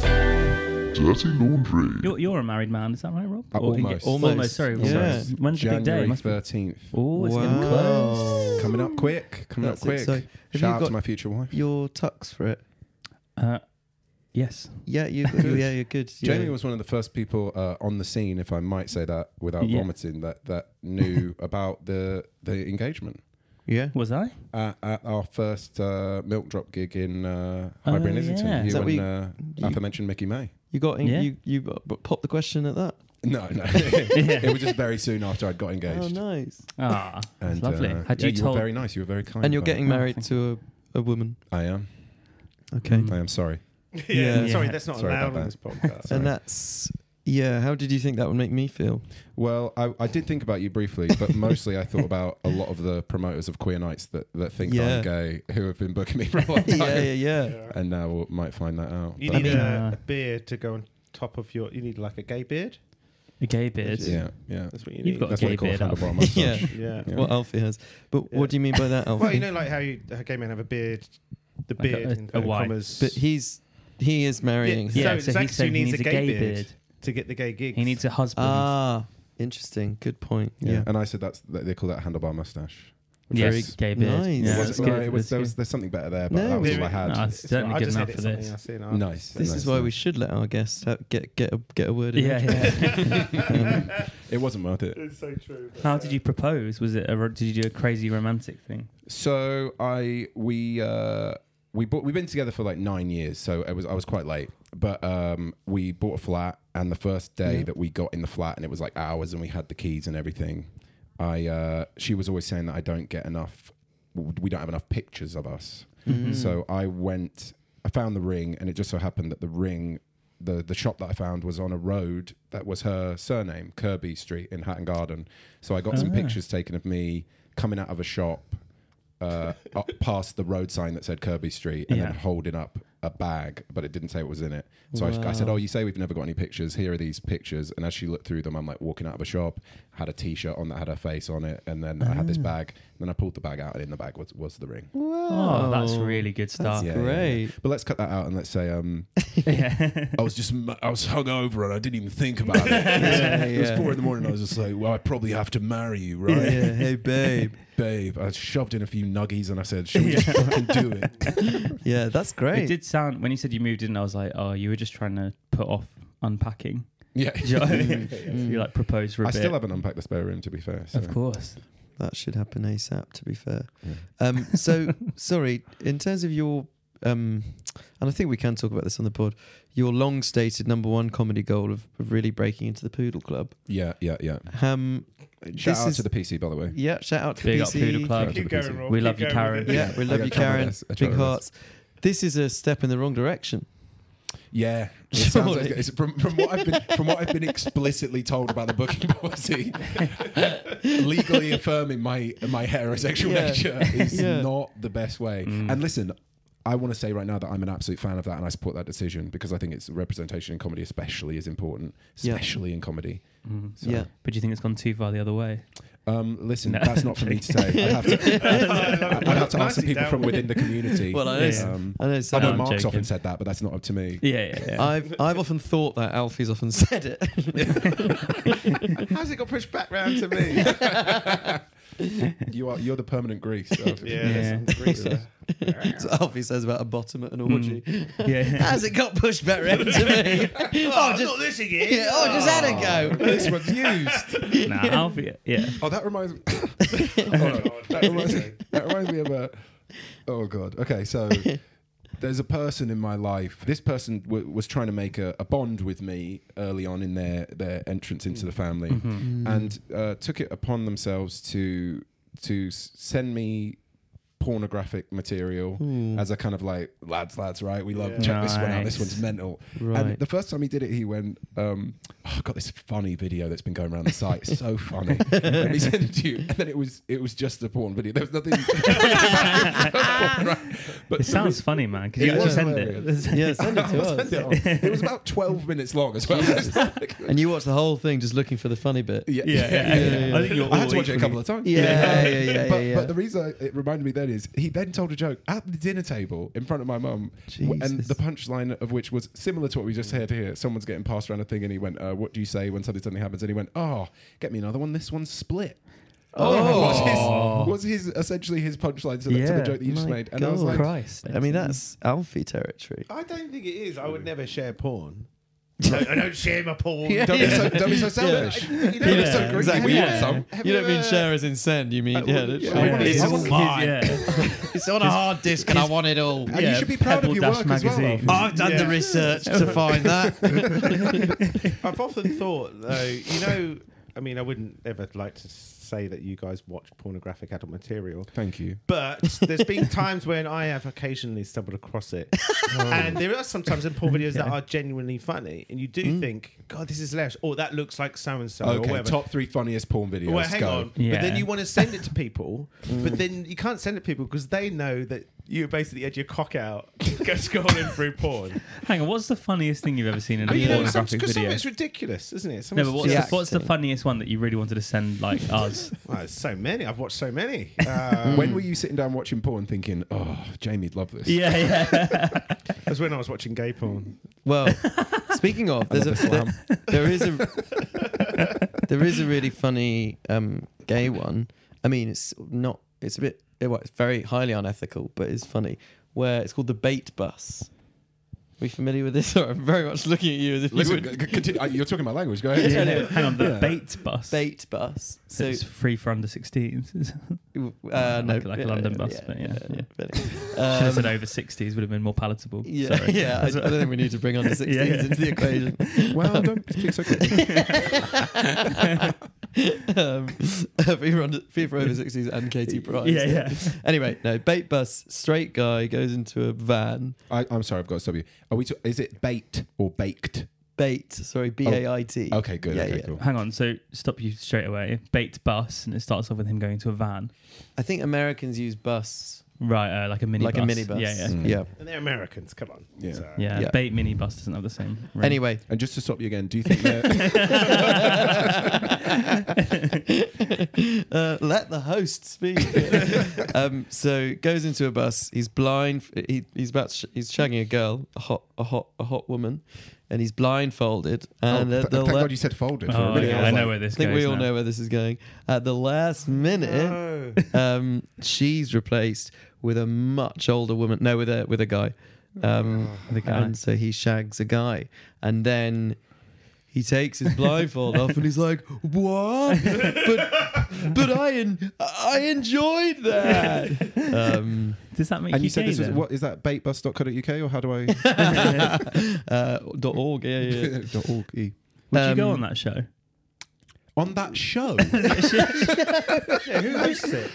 [SPEAKER 5] Dirty Laundry.
[SPEAKER 3] You're, you're a married man, is that right, Rob?
[SPEAKER 1] Uh,
[SPEAKER 3] Or you
[SPEAKER 1] almost.
[SPEAKER 2] Almost.
[SPEAKER 3] almost. Sorry,
[SPEAKER 2] Yeah.
[SPEAKER 3] when's- when's the big
[SPEAKER 1] January
[SPEAKER 3] day? Must be-
[SPEAKER 1] thirteenth.
[SPEAKER 3] Oh, it's getting
[SPEAKER 2] Wow.
[SPEAKER 3] close.
[SPEAKER 1] Coming up quick. Coming
[SPEAKER 2] That's
[SPEAKER 1] up quick.
[SPEAKER 2] exciting. Have you
[SPEAKER 1] Shout out
[SPEAKER 2] got-
[SPEAKER 1] to my future wife.
[SPEAKER 2] Your tux for it.
[SPEAKER 3] Uh, yes.
[SPEAKER 2] Yeah, you.
[SPEAKER 1] Good.
[SPEAKER 2] yeah, you're good. Yeah.
[SPEAKER 1] Jamie was one of the first people uh, on the scene, if I might say that without
[SPEAKER 3] Yeah.
[SPEAKER 1] vomiting, that that knew about the the engagement
[SPEAKER 2] Yeah.
[SPEAKER 3] Was I?
[SPEAKER 1] uh, at our first uh, milk drop gig in uh, Highbury and
[SPEAKER 3] Oh,
[SPEAKER 1] Islington.
[SPEAKER 3] yeah.
[SPEAKER 2] Is
[SPEAKER 1] You
[SPEAKER 2] that
[SPEAKER 1] and
[SPEAKER 2] where you-
[SPEAKER 1] uh,
[SPEAKER 2] you-
[SPEAKER 1] aforementioned Mickey May.
[SPEAKER 2] You got. In,
[SPEAKER 3] Yeah.
[SPEAKER 2] You you b- b- popped the question at that.
[SPEAKER 1] No, no, it was just very soon after I'd got engaged.
[SPEAKER 2] Oh, nice.
[SPEAKER 3] Ah, that's lovely.
[SPEAKER 1] uh,
[SPEAKER 3] Had
[SPEAKER 1] yeah,
[SPEAKER 3] you
[SPEAKER 1] you
[SPEAKER 3] told?
[SPEAKER 1] were very nice. You were very kind.
[SPEAKER 2] And you're
[SPEAKER 1] about
[SPEAKER 2] getting
[SPEAKER 1] it.
[SPEAKER 2] married
[SPEAKER 3] thank
[SPEAKER 2] to a, a woman.
[SPEAKER 1] I am.
[SPEAKER 2] Okay.
[SPEAKER 3] Mm.
[SPEAKER 1] I am sorry.
[SPEAKER 4] yeah.
[SPEAKER 2] Yeah.
[SPEAKER 4] Sorry, that's not
[SPEAKER 1] Sorry
[SPEAKER 4] allowed
[SPEAKER 1] about
[SPEAKER 4] on this podcast.
[SPEAKER 1] Sorry.
[SPEAKER 2] And that's yeah. How did you think that would make me feel?
[SPEAKER 1] Well, I, I did think about you briefly, but mostly I thought about a lot of the promoters of queer nights that, that think
[SPEAKER 2] Yeah.
[SPEAKER 1] I'm gay who have been booking me for a long time.
[SPEAKER 2] yeah, yeah, yeah.
[SPEAKER 4] Yeah.
[SPEAKER 1] And now we might find that out.
[SPEAKER 4] You
[SPEAKER 1] But-
[SPEAKER 4] need
[SPEAKER 3] mean,
[SPEAKER 4] a,
[SPEAKER 3] uh,
[SPEAKER 4] a beard to go on top of your. You need like a gay beard.
[SPEAKER 3] A gay beard.
[SPEAKER 1] yeah, yeah.
[SPEAKER 4] That's what you
[SPEAKER 3] You've
[SPEAKER 4] need.
[SPEAKER 3] got
[SPEAKER 1] That's
[SPEAKER 3] a
[SPEAKER 1] what
[SPEAKER 3] gay
[SPEAKER 1] they call a
[SPEAKER 3] beard. up.
[SPEAKER 1] handlebar mustache.
[SPEAKER 2] Yeah.
[SPEAKER 4] yeah.
[SPEAKER 1] Yeah.
[SPEAKER 2] What Alfie has, but what do you mean by that, Alfie?
[SPEAKER 4] Well, you know, like how you, how gay men have a beard, the
[SPEAKER 3] Like a-
[SPEAKER 4] beard
[SPEAKER 3] a-
[SPEAKER 4] in
[SPEAKER 3] a
[SPEAKER 4] inverted
[SPEAKER 3] Y.
[SPEAKER 4] commas,
[SPEAKER 2] but he's he is marrying.
[SPEAKER 4] Yeah.
[SPEAKER 2] her.
[SPEAKER 3] Yeah,
[SPEAKER 4] So
[SPEAKER 3] so,
[SPEAKER 4] Zach
[SPEAKER 3] he
[SPEAKER 4] Su
[SPEAKER 3] said he
[SPEAKER 4] needs
[SPEAKER 3] needs a gay beard.
[SPEAKER 4] to get the gay gigs.
[SPEAKER 3] He needs a husband.
[SPEAKER 2] Ah, interesting. Good point.
[SPEAKER 1] Yeah.
[SPEAKER 2] Yeah.
[SPEAKER 1] And I said that's that they call that a handlebar mustache.
[SPEAKER 3] yes,
[SPEAKER 2] Very
[SPEAKER 3] gay beard.
[SPEAKER 2] nice.
[SPEAKER 3] Yeah,
[SPEAKER 1] it
[SPEAKER 2] that's
[SPEAKER 1] was,
[SPEAKER 3] that's
[SPEAKER 1] no,
[SPEAKER 3] good.
[SPEAKER 1] it was,
[SPEAKER 3] That's
[SPEAKER 1] there
[SPEAKER 3] good.
[SPEAKER 1] was there's something better there, but
[SPEAKER 2] No.
[SPEAKER 1] that was all I
[SPEAKER 3] No,
[SPEAKER 1] had.
[SPEAKER 3] it's certainly
[SPEAKER 4] I
[SPEAKER 3] good
[SPEAKER 4] just
[SPEAKER 3] enough
[SPEAKER 4] edit
[SPEAKER 3] for
[SPEAKER 4] something
[SPEAKER 3] this.
[SPEAKER 4] else in.
[SPEAKER 1] Nice.
[SPEAKER 2] This is
[SPEAKER 1] nice,
[SPEAKER 2] why we
[SPEAKER 1] nice.
[SPEAKER 2] should let our guests ha get get a get a word in.
[SPEAKER 3] Yeah, yeah.
[SPEAKER 1] It wasn't worth it.
[SPEAKER 4] It's so true.
[SPEAKER 3] How did you propose? Was it a, ro- did you do a crazy romantic thing?
[SPEAKER 1] So I we uh we bought we've been together for like nine years, so it was I was quite late. But um we bought a flat and the first day that we got in the flat and it was like hours and we had the keys and everything, I uh she was always saying that I don't get enough we don't have enough pictures of us.
[SPEAKER 3] Mm.
[SPEAKER 2] Mm.
[SPEAKER 1] So I went I found the ring and it just so happened that the ring the, the shop that I found was on a road that was her surname, Kirby Street in Hatton Garden. So I got some
[SPEAKER 3] Ah.
[SPEAKER 1] pictures taken of me coming out of a shop uh, up past the road sign that said Kirby Street and then
[SPEAKER 3] Yeah.
[SPEAKER 1] holding up a bag, but it didn't say what was in it. So I, I said,
[SPEAKER 2] Wow.
[SPEAKER 1] Oh, you say we've never got any pictures. Here are these pictures. And as she looked through them, I'm like walking out of a shop, had a t shirt on that had her face on it. And then I had
[SPEAKER 3] Ah.
[SPEAKER 1] this bag. Then I pulled the bag out, and in the bag was, was the ring.
[SPEAKER 3] Oh, that's really good
[SPEAKER 2] That's
[SPEAKER 3] start.
[SPEAKER 1] Yeah, yeah, yeah.
[SPEAKER 2] great.
[SPEAKER 1] But let's cut that out and let's say, um,
[SPEAKER 3] yeah.
[SPEAKER 1] I was just I was hungover and I didn't even think about it.
[SPEAKER 2] Yeah,
[SPEAKER 1] It was
[SPEAKER 2] yeah.
[SPEAKER 1] four in the morning. I was just like, "Well, I probably have to marry you,
[SPEAKER 2] Yeah,
[SPEAKER 1] right,
[SPEAKER 2] hey babe.
[SPEAKER 1] babe?" I shoved in a few nuggies and I said, "Should we just fucking do it?"
[SPEAKER 2] Yeah, that's
[SPEAKER 3] It
[SPEAKER 2] great.
[SPEAKER 3] did sound when you said you moved in. I was like, oh, you were just trying to put off unpacking. Do you know what I
[SPEAKER 1] Yeah.
[SPEAKER 3] mean? So you like proposed for a
[SPEAKER 1] I
[SPEAKER 3] bit.
[SPEAKER 1] still haven't unpacked the spare room, to be fair. So.
[SPEAKER 3] Mm. of course.
[SPEAKER 2] That should happen ASAP. To be fair.
[SPEAKER 1] Yeah.
[SPEAKER 2] Um, so sorry. In terms of your um, and I think we can talk about this on the pod. Your long stated number one comedy goal of, of really breaking into the Poodle Club.
[SPEAKER 1] Yeah, yeah, yeah.
[SPEAKER 2] Um,
[SPEAKER 1] Shout
[SPEAKER 2] This
[SPEAKER 1] out
[SPEAKER 2] is-
[SPEAKER 1] to the PC, by the way.
[SPEAKER 2] yeah, shout out to
[SPEAKER 3] Big
[SPEAKER 2] PC.
[SPEAKER 3] up Poodle Club.
[SPEAKER 1] Shout out to
[SPEAKER 4] Keep
[SPEAKER 1] the
[SPEAKER 4] going,
[SPEAKER 1] PC.
[SPEAKER 4] Rob.
[SPEAKER 3] We
[SPEAKER 4] keep
[SPEAKER 3] love you,
[SPEAKER 4] going
[SPEAKER 3] Karen.
[SPEAKER 4] with it.
[SPEAKER 2] Yeah, we
[SPEAKER 1] I
[SPEAKER 2] love you,
[SPEAKER 1] tried my
[SPEAKER 2] Karen.
[SPEAKER 1] best. I tried
[SPEAKER 2] Big
[SPEAKER 1] my best.
[SPEAKER 2] hearts. This is a step in the wrong direction.
[SPEAKER 1] Yeah, it sounds like
[SPEAKER 2] Surely.
[SPEAKER 1] it's, from, from what I've been from what I've been explicitly told about the booking policy, legally affirming my my heterosexual
[SPEAKER 2] Yeah.
[SPEAKER 1] nature is
[SPEAKER 2] Yeah.
[SPEAKER 1] not the best way. And listen, I want to say right now that I'm an absolute fan of that and I support that decision because I think it's representation in comedy especially is important,
[SPEAKER 2] Yeah.
[SPEAKER 1] especially in comedy.
[SPEAKER 3] Mm.
[SPEAKER 1] So,
[SPEAKER 2] Yeah.
[SPEAKER 3] But do you think it's gone too far the other way?
[SPEAKER 1] Um, listen,
[SPEAKER 3] No.
[SPEAKER 1] that's not for me to say. I'd have to, I'd have to ask some
[SPEAKER 4] Nicely
[SPEAKER 1] people
[SPEAKER 4] done.
[SPEAKER 1] from within the community.
[SPEAKER 2] Well, I know,
[SPEAKER 3] Yeah.
[SPEAKER 2] s-
[SPEAKER 1] Um,
[SPEAKER 2] I know.
[SPEAKER 1] I
[SPEAKER 2] Sam,
[SPEAKER 1] know
[SPEAKER 3] I'm
[SPEAKER 1] Mark's
[SPEAKER 3] joking.
[SPEAKER 1] often said that, but that's not up to me.
[SPEAKER 3] Yeah, yeah, yeah.
[SPEAKER 2] I've I've often thought that Alfie's often said it.
[SPEAKER 4] How's it got pushed back round to me?
[SPEAKER 1] You are you're the permanent grease.
[SPEAKER 4] Yeah,
[SPEAKER 3] Yeah.
[SPEAKER 4] some grease there.
[SPEAKER 2] That's what Alfie says about a bottom at an
[SPEAKER 1] Hmm.
[SPEAKER 2] orgy.
[SPEAKER 3] Mm. yeah.
[SPEAKER 2] How's it got pushed back round to me? oh, just,
[SPEAKER 4] this again.
[SPEAKER 2] yeah, oh, just had a go.
[SPEAKER 1] this one's used.
[SPEAKER 3] nah, Alfie. Yeah.
[SPEAKER 1] Oh, that reminds me. Hold
[SPEAKER 4] Oh,
[SPEAKER 1] on. that, reminds me that reminds me of a. Oh god. Okay, so there's a person in my life. This person w- was trying to make a, a bond with me early on in their their entrance into the family,
[SPEAKER 3] Mm-hmm.
[SPEAKER 2] Mm. Mm-hmm.
[SPEAKER 1] and uh, took it upon themselves to to s- send me pornographic material
[SPEAKER 2] Mm-hmm.
[SPEAKER 1] as a kind of like lads lads right we love
[SPEAKER 4] Yeah.
[SPEAKER 1] check this one out
[SPEAKER 3] Nice.
[SPEAKER 1] this one's mental
[SPEAKER 2] Right.
[SPEAKER 1] and the first time he did it he went um oh, i've got this funny video that's been going around the site it's so funny let me send it to you and then it was it was just a porn video there was nothing Right. but
[SPEAKER 3] It sounds funny, man, because
[SPEAKER 1] It
[SPEAKER 3] you actually
[SPEAKER 1] was
[SPEAKER 3] send
[SPEAKER 1] hilarious.
[SPEAKER 3] it.
[SPEAKER 2] Yeah, send it to us.
[SPEAKER 1] it, on. It was about 12 minutes long as well
[SPEAKER 2] And you watch the whole thing just looking for the funny bit.
[SPEAKER 1] yeah.
[SPEAKER 3] Yeah, yeah,
[SPEAKER 2] Yeah, yeah.
[SPEAKER 3] I think you're
[SPEAKER 1] I had to
[SPEAKER 3] all
[SPEAKER 1] watch it a couple of times.
[SPEAKER 2] Yeah, yeah, yeah, yeah,
[SPEAKER 1] but,
[SPEAKER 2] yeah.
[SPEAKER 1] but the reason I, it reminded me then is he then told a joke at the dinner table in front of my mum, w- and
[SPEAKER 2] Jesus.
[SPEAKER 1] the punchline of which was similar to what we just heard here. Someone's getting passed around a thing, and he went, uh, "What do you say when something something happens?" And he went, "Oh, get me another one. This one's split."
[SPEAKER 3] Oh.
[SPEAKER 1] was his, was his essentially his punchline to, the to the
[SPEAKER 3] Yeah.
[SPEAKER 1] joke that you just
[SPEAKER 2] My
[SPEAKER 1] made? And I was
[SPEAKER 2] God.
[SPEAKER 1] like,
[SPEAKER 3] Christ.
[SPEAKER 2] I mean, that's Alfie territory.
[SPEAKER 4] I don't think it is. I would never share porn. I I don't share my porn.
[SPEAKER 2] Yeah.
[SPEAKER 1] "Don't be so, don't be so selfish."
[SPEAKER 4] You know,
[SPEAKER 1] Yeah,
[SPEAKER 4] it's so great.
[SPEAKER 1] exactly.
[SPEAKER 4] You
[SPEAKER 1] Yeah.
[SPEAKER 4] want some?
[SPEAKER 2] You don't mean
[SPEAKER 4] Have
[SPEAKER 2] share as in send, you mean,
[SPEAKER 1] Uh,
[SPEAKER 2] yeah,
[SPEAKER 1] well,
[SPEAKER 2] that's
[SPEAKER 1] yeah,
[SPEAKER 2] right.
[SPEAKER 1] I want it
[SPEAKER 2] It's
[SPEAKER 1] all.
[SPEAKER 2] all
[SPEAKER 3] His-
[SPEAKER 2] mine.
[SPEAKER 3] yeah.
[SPEAKER 2] It's on a hard disk and I want it all.
[SPEAKER 1] And you
[SPEAKER 3] Yeah,
[SPEAKER 1] should be proud of
[SPEAKER 3] Pebble
[SPEAKER 1] your
[SPEAKER 3] Dash
[SPEAKER 1] work as
[SPEAKER 3] magazine.
[SPEAKER 1] well. Oh,
[SPEAKER 2] I've done the
[SPEAKER 4] Yeah.
[SPEAKER 2] research to find that.
[SPEAKER 4] I've often thought, though, you know, I mean, I wouldn't ever like to say that you guys watch pornographic adult material,
[SPEAKER 1] Thank you.
[SPEAKER 4] but there's been times when I have occasionally stumbled across it. And there are sometimes in porn videos that are genuinely funny, and you do think, God, this is hilarious, or that looks like so and so, or
[SPEAKER 1] Okay,
[SPEAKER 4] Oh, whatever.
[SPEAKER 1] top three funniest porn videos.
[SPEAKER 4] Well, hang
[SPEAKER 1] go.
[SPEAKER 4] on.
[SPEAKER 3] Yeah.
[SPEAKER 4] But then you want to send it to people, but then you can't send it to people because they know that you basically had your cock out, go scrolling through porn.
[SPEAKER 3] Hang on, what's the funniest thing you've ever seen in a
[SPEAKER 4] But you know, some,
[SPEAKER 3] pornographic
[SPEAKER 4] because some
[SPEAKER 3] video?
[SPEAKER 4] of it's ridiculous, isn't it? Some
[SPEAKER 3] No,
[SPEAKER 4] of
[SPEAKER 3] but
[SPEAKER 4] it's
[SPEAKER 3] what's
[SPEAKER 4] just-
[SPEAKER 3] the, what's the funniest one that you really wanted to send, like, us?
[SPEAKER 4] Well, there's so many. I've watched so many. Um,
[SPEAKER 1] When were you sitting down watching porn thinking, oh, Jamie'd love this?
[SPEAKER 3] yeah, yeah.
[SPEAKER 4] that's when I was watching gay porn.
[SPEAKER 2] Well, speaking of, there's a
[SPEAKER 1] Islam.
[SPEAKER 2] there- there is a there is a really funny um, gay one. I mean, it's not. It's a bit. It, well, it's very highly unethical, but it's funny. Where it's called the bait bus. Are you familiar with this? Or I'm very much looking at you as if you
[SPEAKER 1] Listen,
[SPEAKER 2] would.
[SPEAKER 1] c- continue. Uh, you're talking my language. Go ahead.
[SPEAKER 3] Yeah, no, hang on, the bait bus.
[SPEAKER 2] Bait bus.
[SPEAKER 3] So
[SPEAKER 2] So
[SPEAKER 3] it's free for under 16s.
[SPEAKER 2] uh, no,
[SPEAKER 3] like- like a London bus, but yeah.
[SPEAKER 2] but anyway.
[SPEAKER 3] Should have
[SPEAKER 2] Um,
[SPEAKER 3] said over 60s would have been more palatable.
[SPEAKER 2] yeah,
[SPEAKER 3] Sorry.
[SPEAKER 2] yeah. I, I don't think we need to bring on the 16s
[SPEAKER 3] Yeah, yeah.
[SPEAKER 2] into the equation.
[SPEAKER 1] Well, don't speak so quickly.
[SPEAKER 2] um, FIFA, under, FIFA over 60s and Katie Price.
[SPEAKER 3] Yeah, yeah.
[SPEAKER 2] Anyway, no, bait bus, straight guy goes into a van.
[SPEAKER 1] I, I'm sorry, I've got to stop you. Are we? To, is it bait or baked?
[SPEAKER 2] Bait, sorry, B A I T.
[SPEAKER 3] Oh,
[SPEAKER 1] Okay, good.
[SPEAKER 2] Yeah,
[SPEAKER 1] okay,
[SPEAKER 2] yeah.
[SPEAKER 1] cool.
[SPEAKER 3] Hang on, so stop you straight away. Bait bus, and it starts off with him going to a van.
[SPEAKER 2] I think Americans use bus
[SPEAKER 3] Right, uh, like a mini
[SPEAKER 2] like
[SPEAKER 3] bus.
[SPEAKER 2] a minibus.
[SPEAKER 3] Yeah, yeah.
[SPEAKER 1] Mm.
[SPEAKER 2] yeah.
[SPEAKER 4] And they're Americans. Come on.
[SPEAKER 1] Yeah.
[SPEAKER 4] So-
[SPEAKER 3] Yeah,
[SPEAKER 2] Yeah.
[SPEAKER 3] bait mini bus doesn't have the same. ring.
[SPEAKER 2] Anyway,
[SPEAKER 1] And just to stop you again, do you think that?
[SPEAKER 2] uh, let the host speak. um, so goes into a bus. He's blind. He, he's about. to Sh- he's shagging a girl, a hot, a hot, a hot woman, and he's blindfolded.
[SPEAKER 1] oh,
[SPEAKER 2] And
[SPEAKER 1] th-
[SPEAKER 2] at the
[SPEAKER 1] thank
[SPEAKER 2] la-
[SPEAKER 1] God you said folded. for
[SPEAKER 3] Oh,
[SPEAKER 1] a minute.
[SPEAKER 3] okay,
[SPEAKER 1] was
[SPEAKER 3] I know
[SPEAKER 1] like,
[SPEAKER 3] where this
[SPEAKER 2] I think
[SPEAKER 3] goes
[SPEAKER 2] we all
[SPEAKER 3] now.
[SPEAKER 2] know where this is going. At the last minute,
[SPEAKER 4] Oh.
[SPEAKER 2] um, she's replaced with a much older woman. No, with a with a guy. Um,
[SPEAKER 1] Oh,
[SPEAKER 3] The guy.
[SPEAKER 2] and so he shags a guy, and then he takes his blindfold off, and he's like, "What? But but I en- I enjoyed that." Um,
[SPEAKER 3] Does that make
[SPEAKER 1] And
[SPEAKER 3] you,
[SPEAKER 1] you said
[SPEAKER 3] gay
[SPEAKER 1] this was
[SPEAKER 3] then?
[SPEAKER 1] what is that baitbus.co.uk or how do I?
[SPEAKER 2] uh, dot org, yeah, yeah.
[SPEAKER 1] Dot org, e.
[SPEAKER 3] Would you go
[SPEAKER 2] um,
[SPEAKER 3] on that show?
[SPEAKER 1] on that show.
[SPEAKER 4] who hosts it?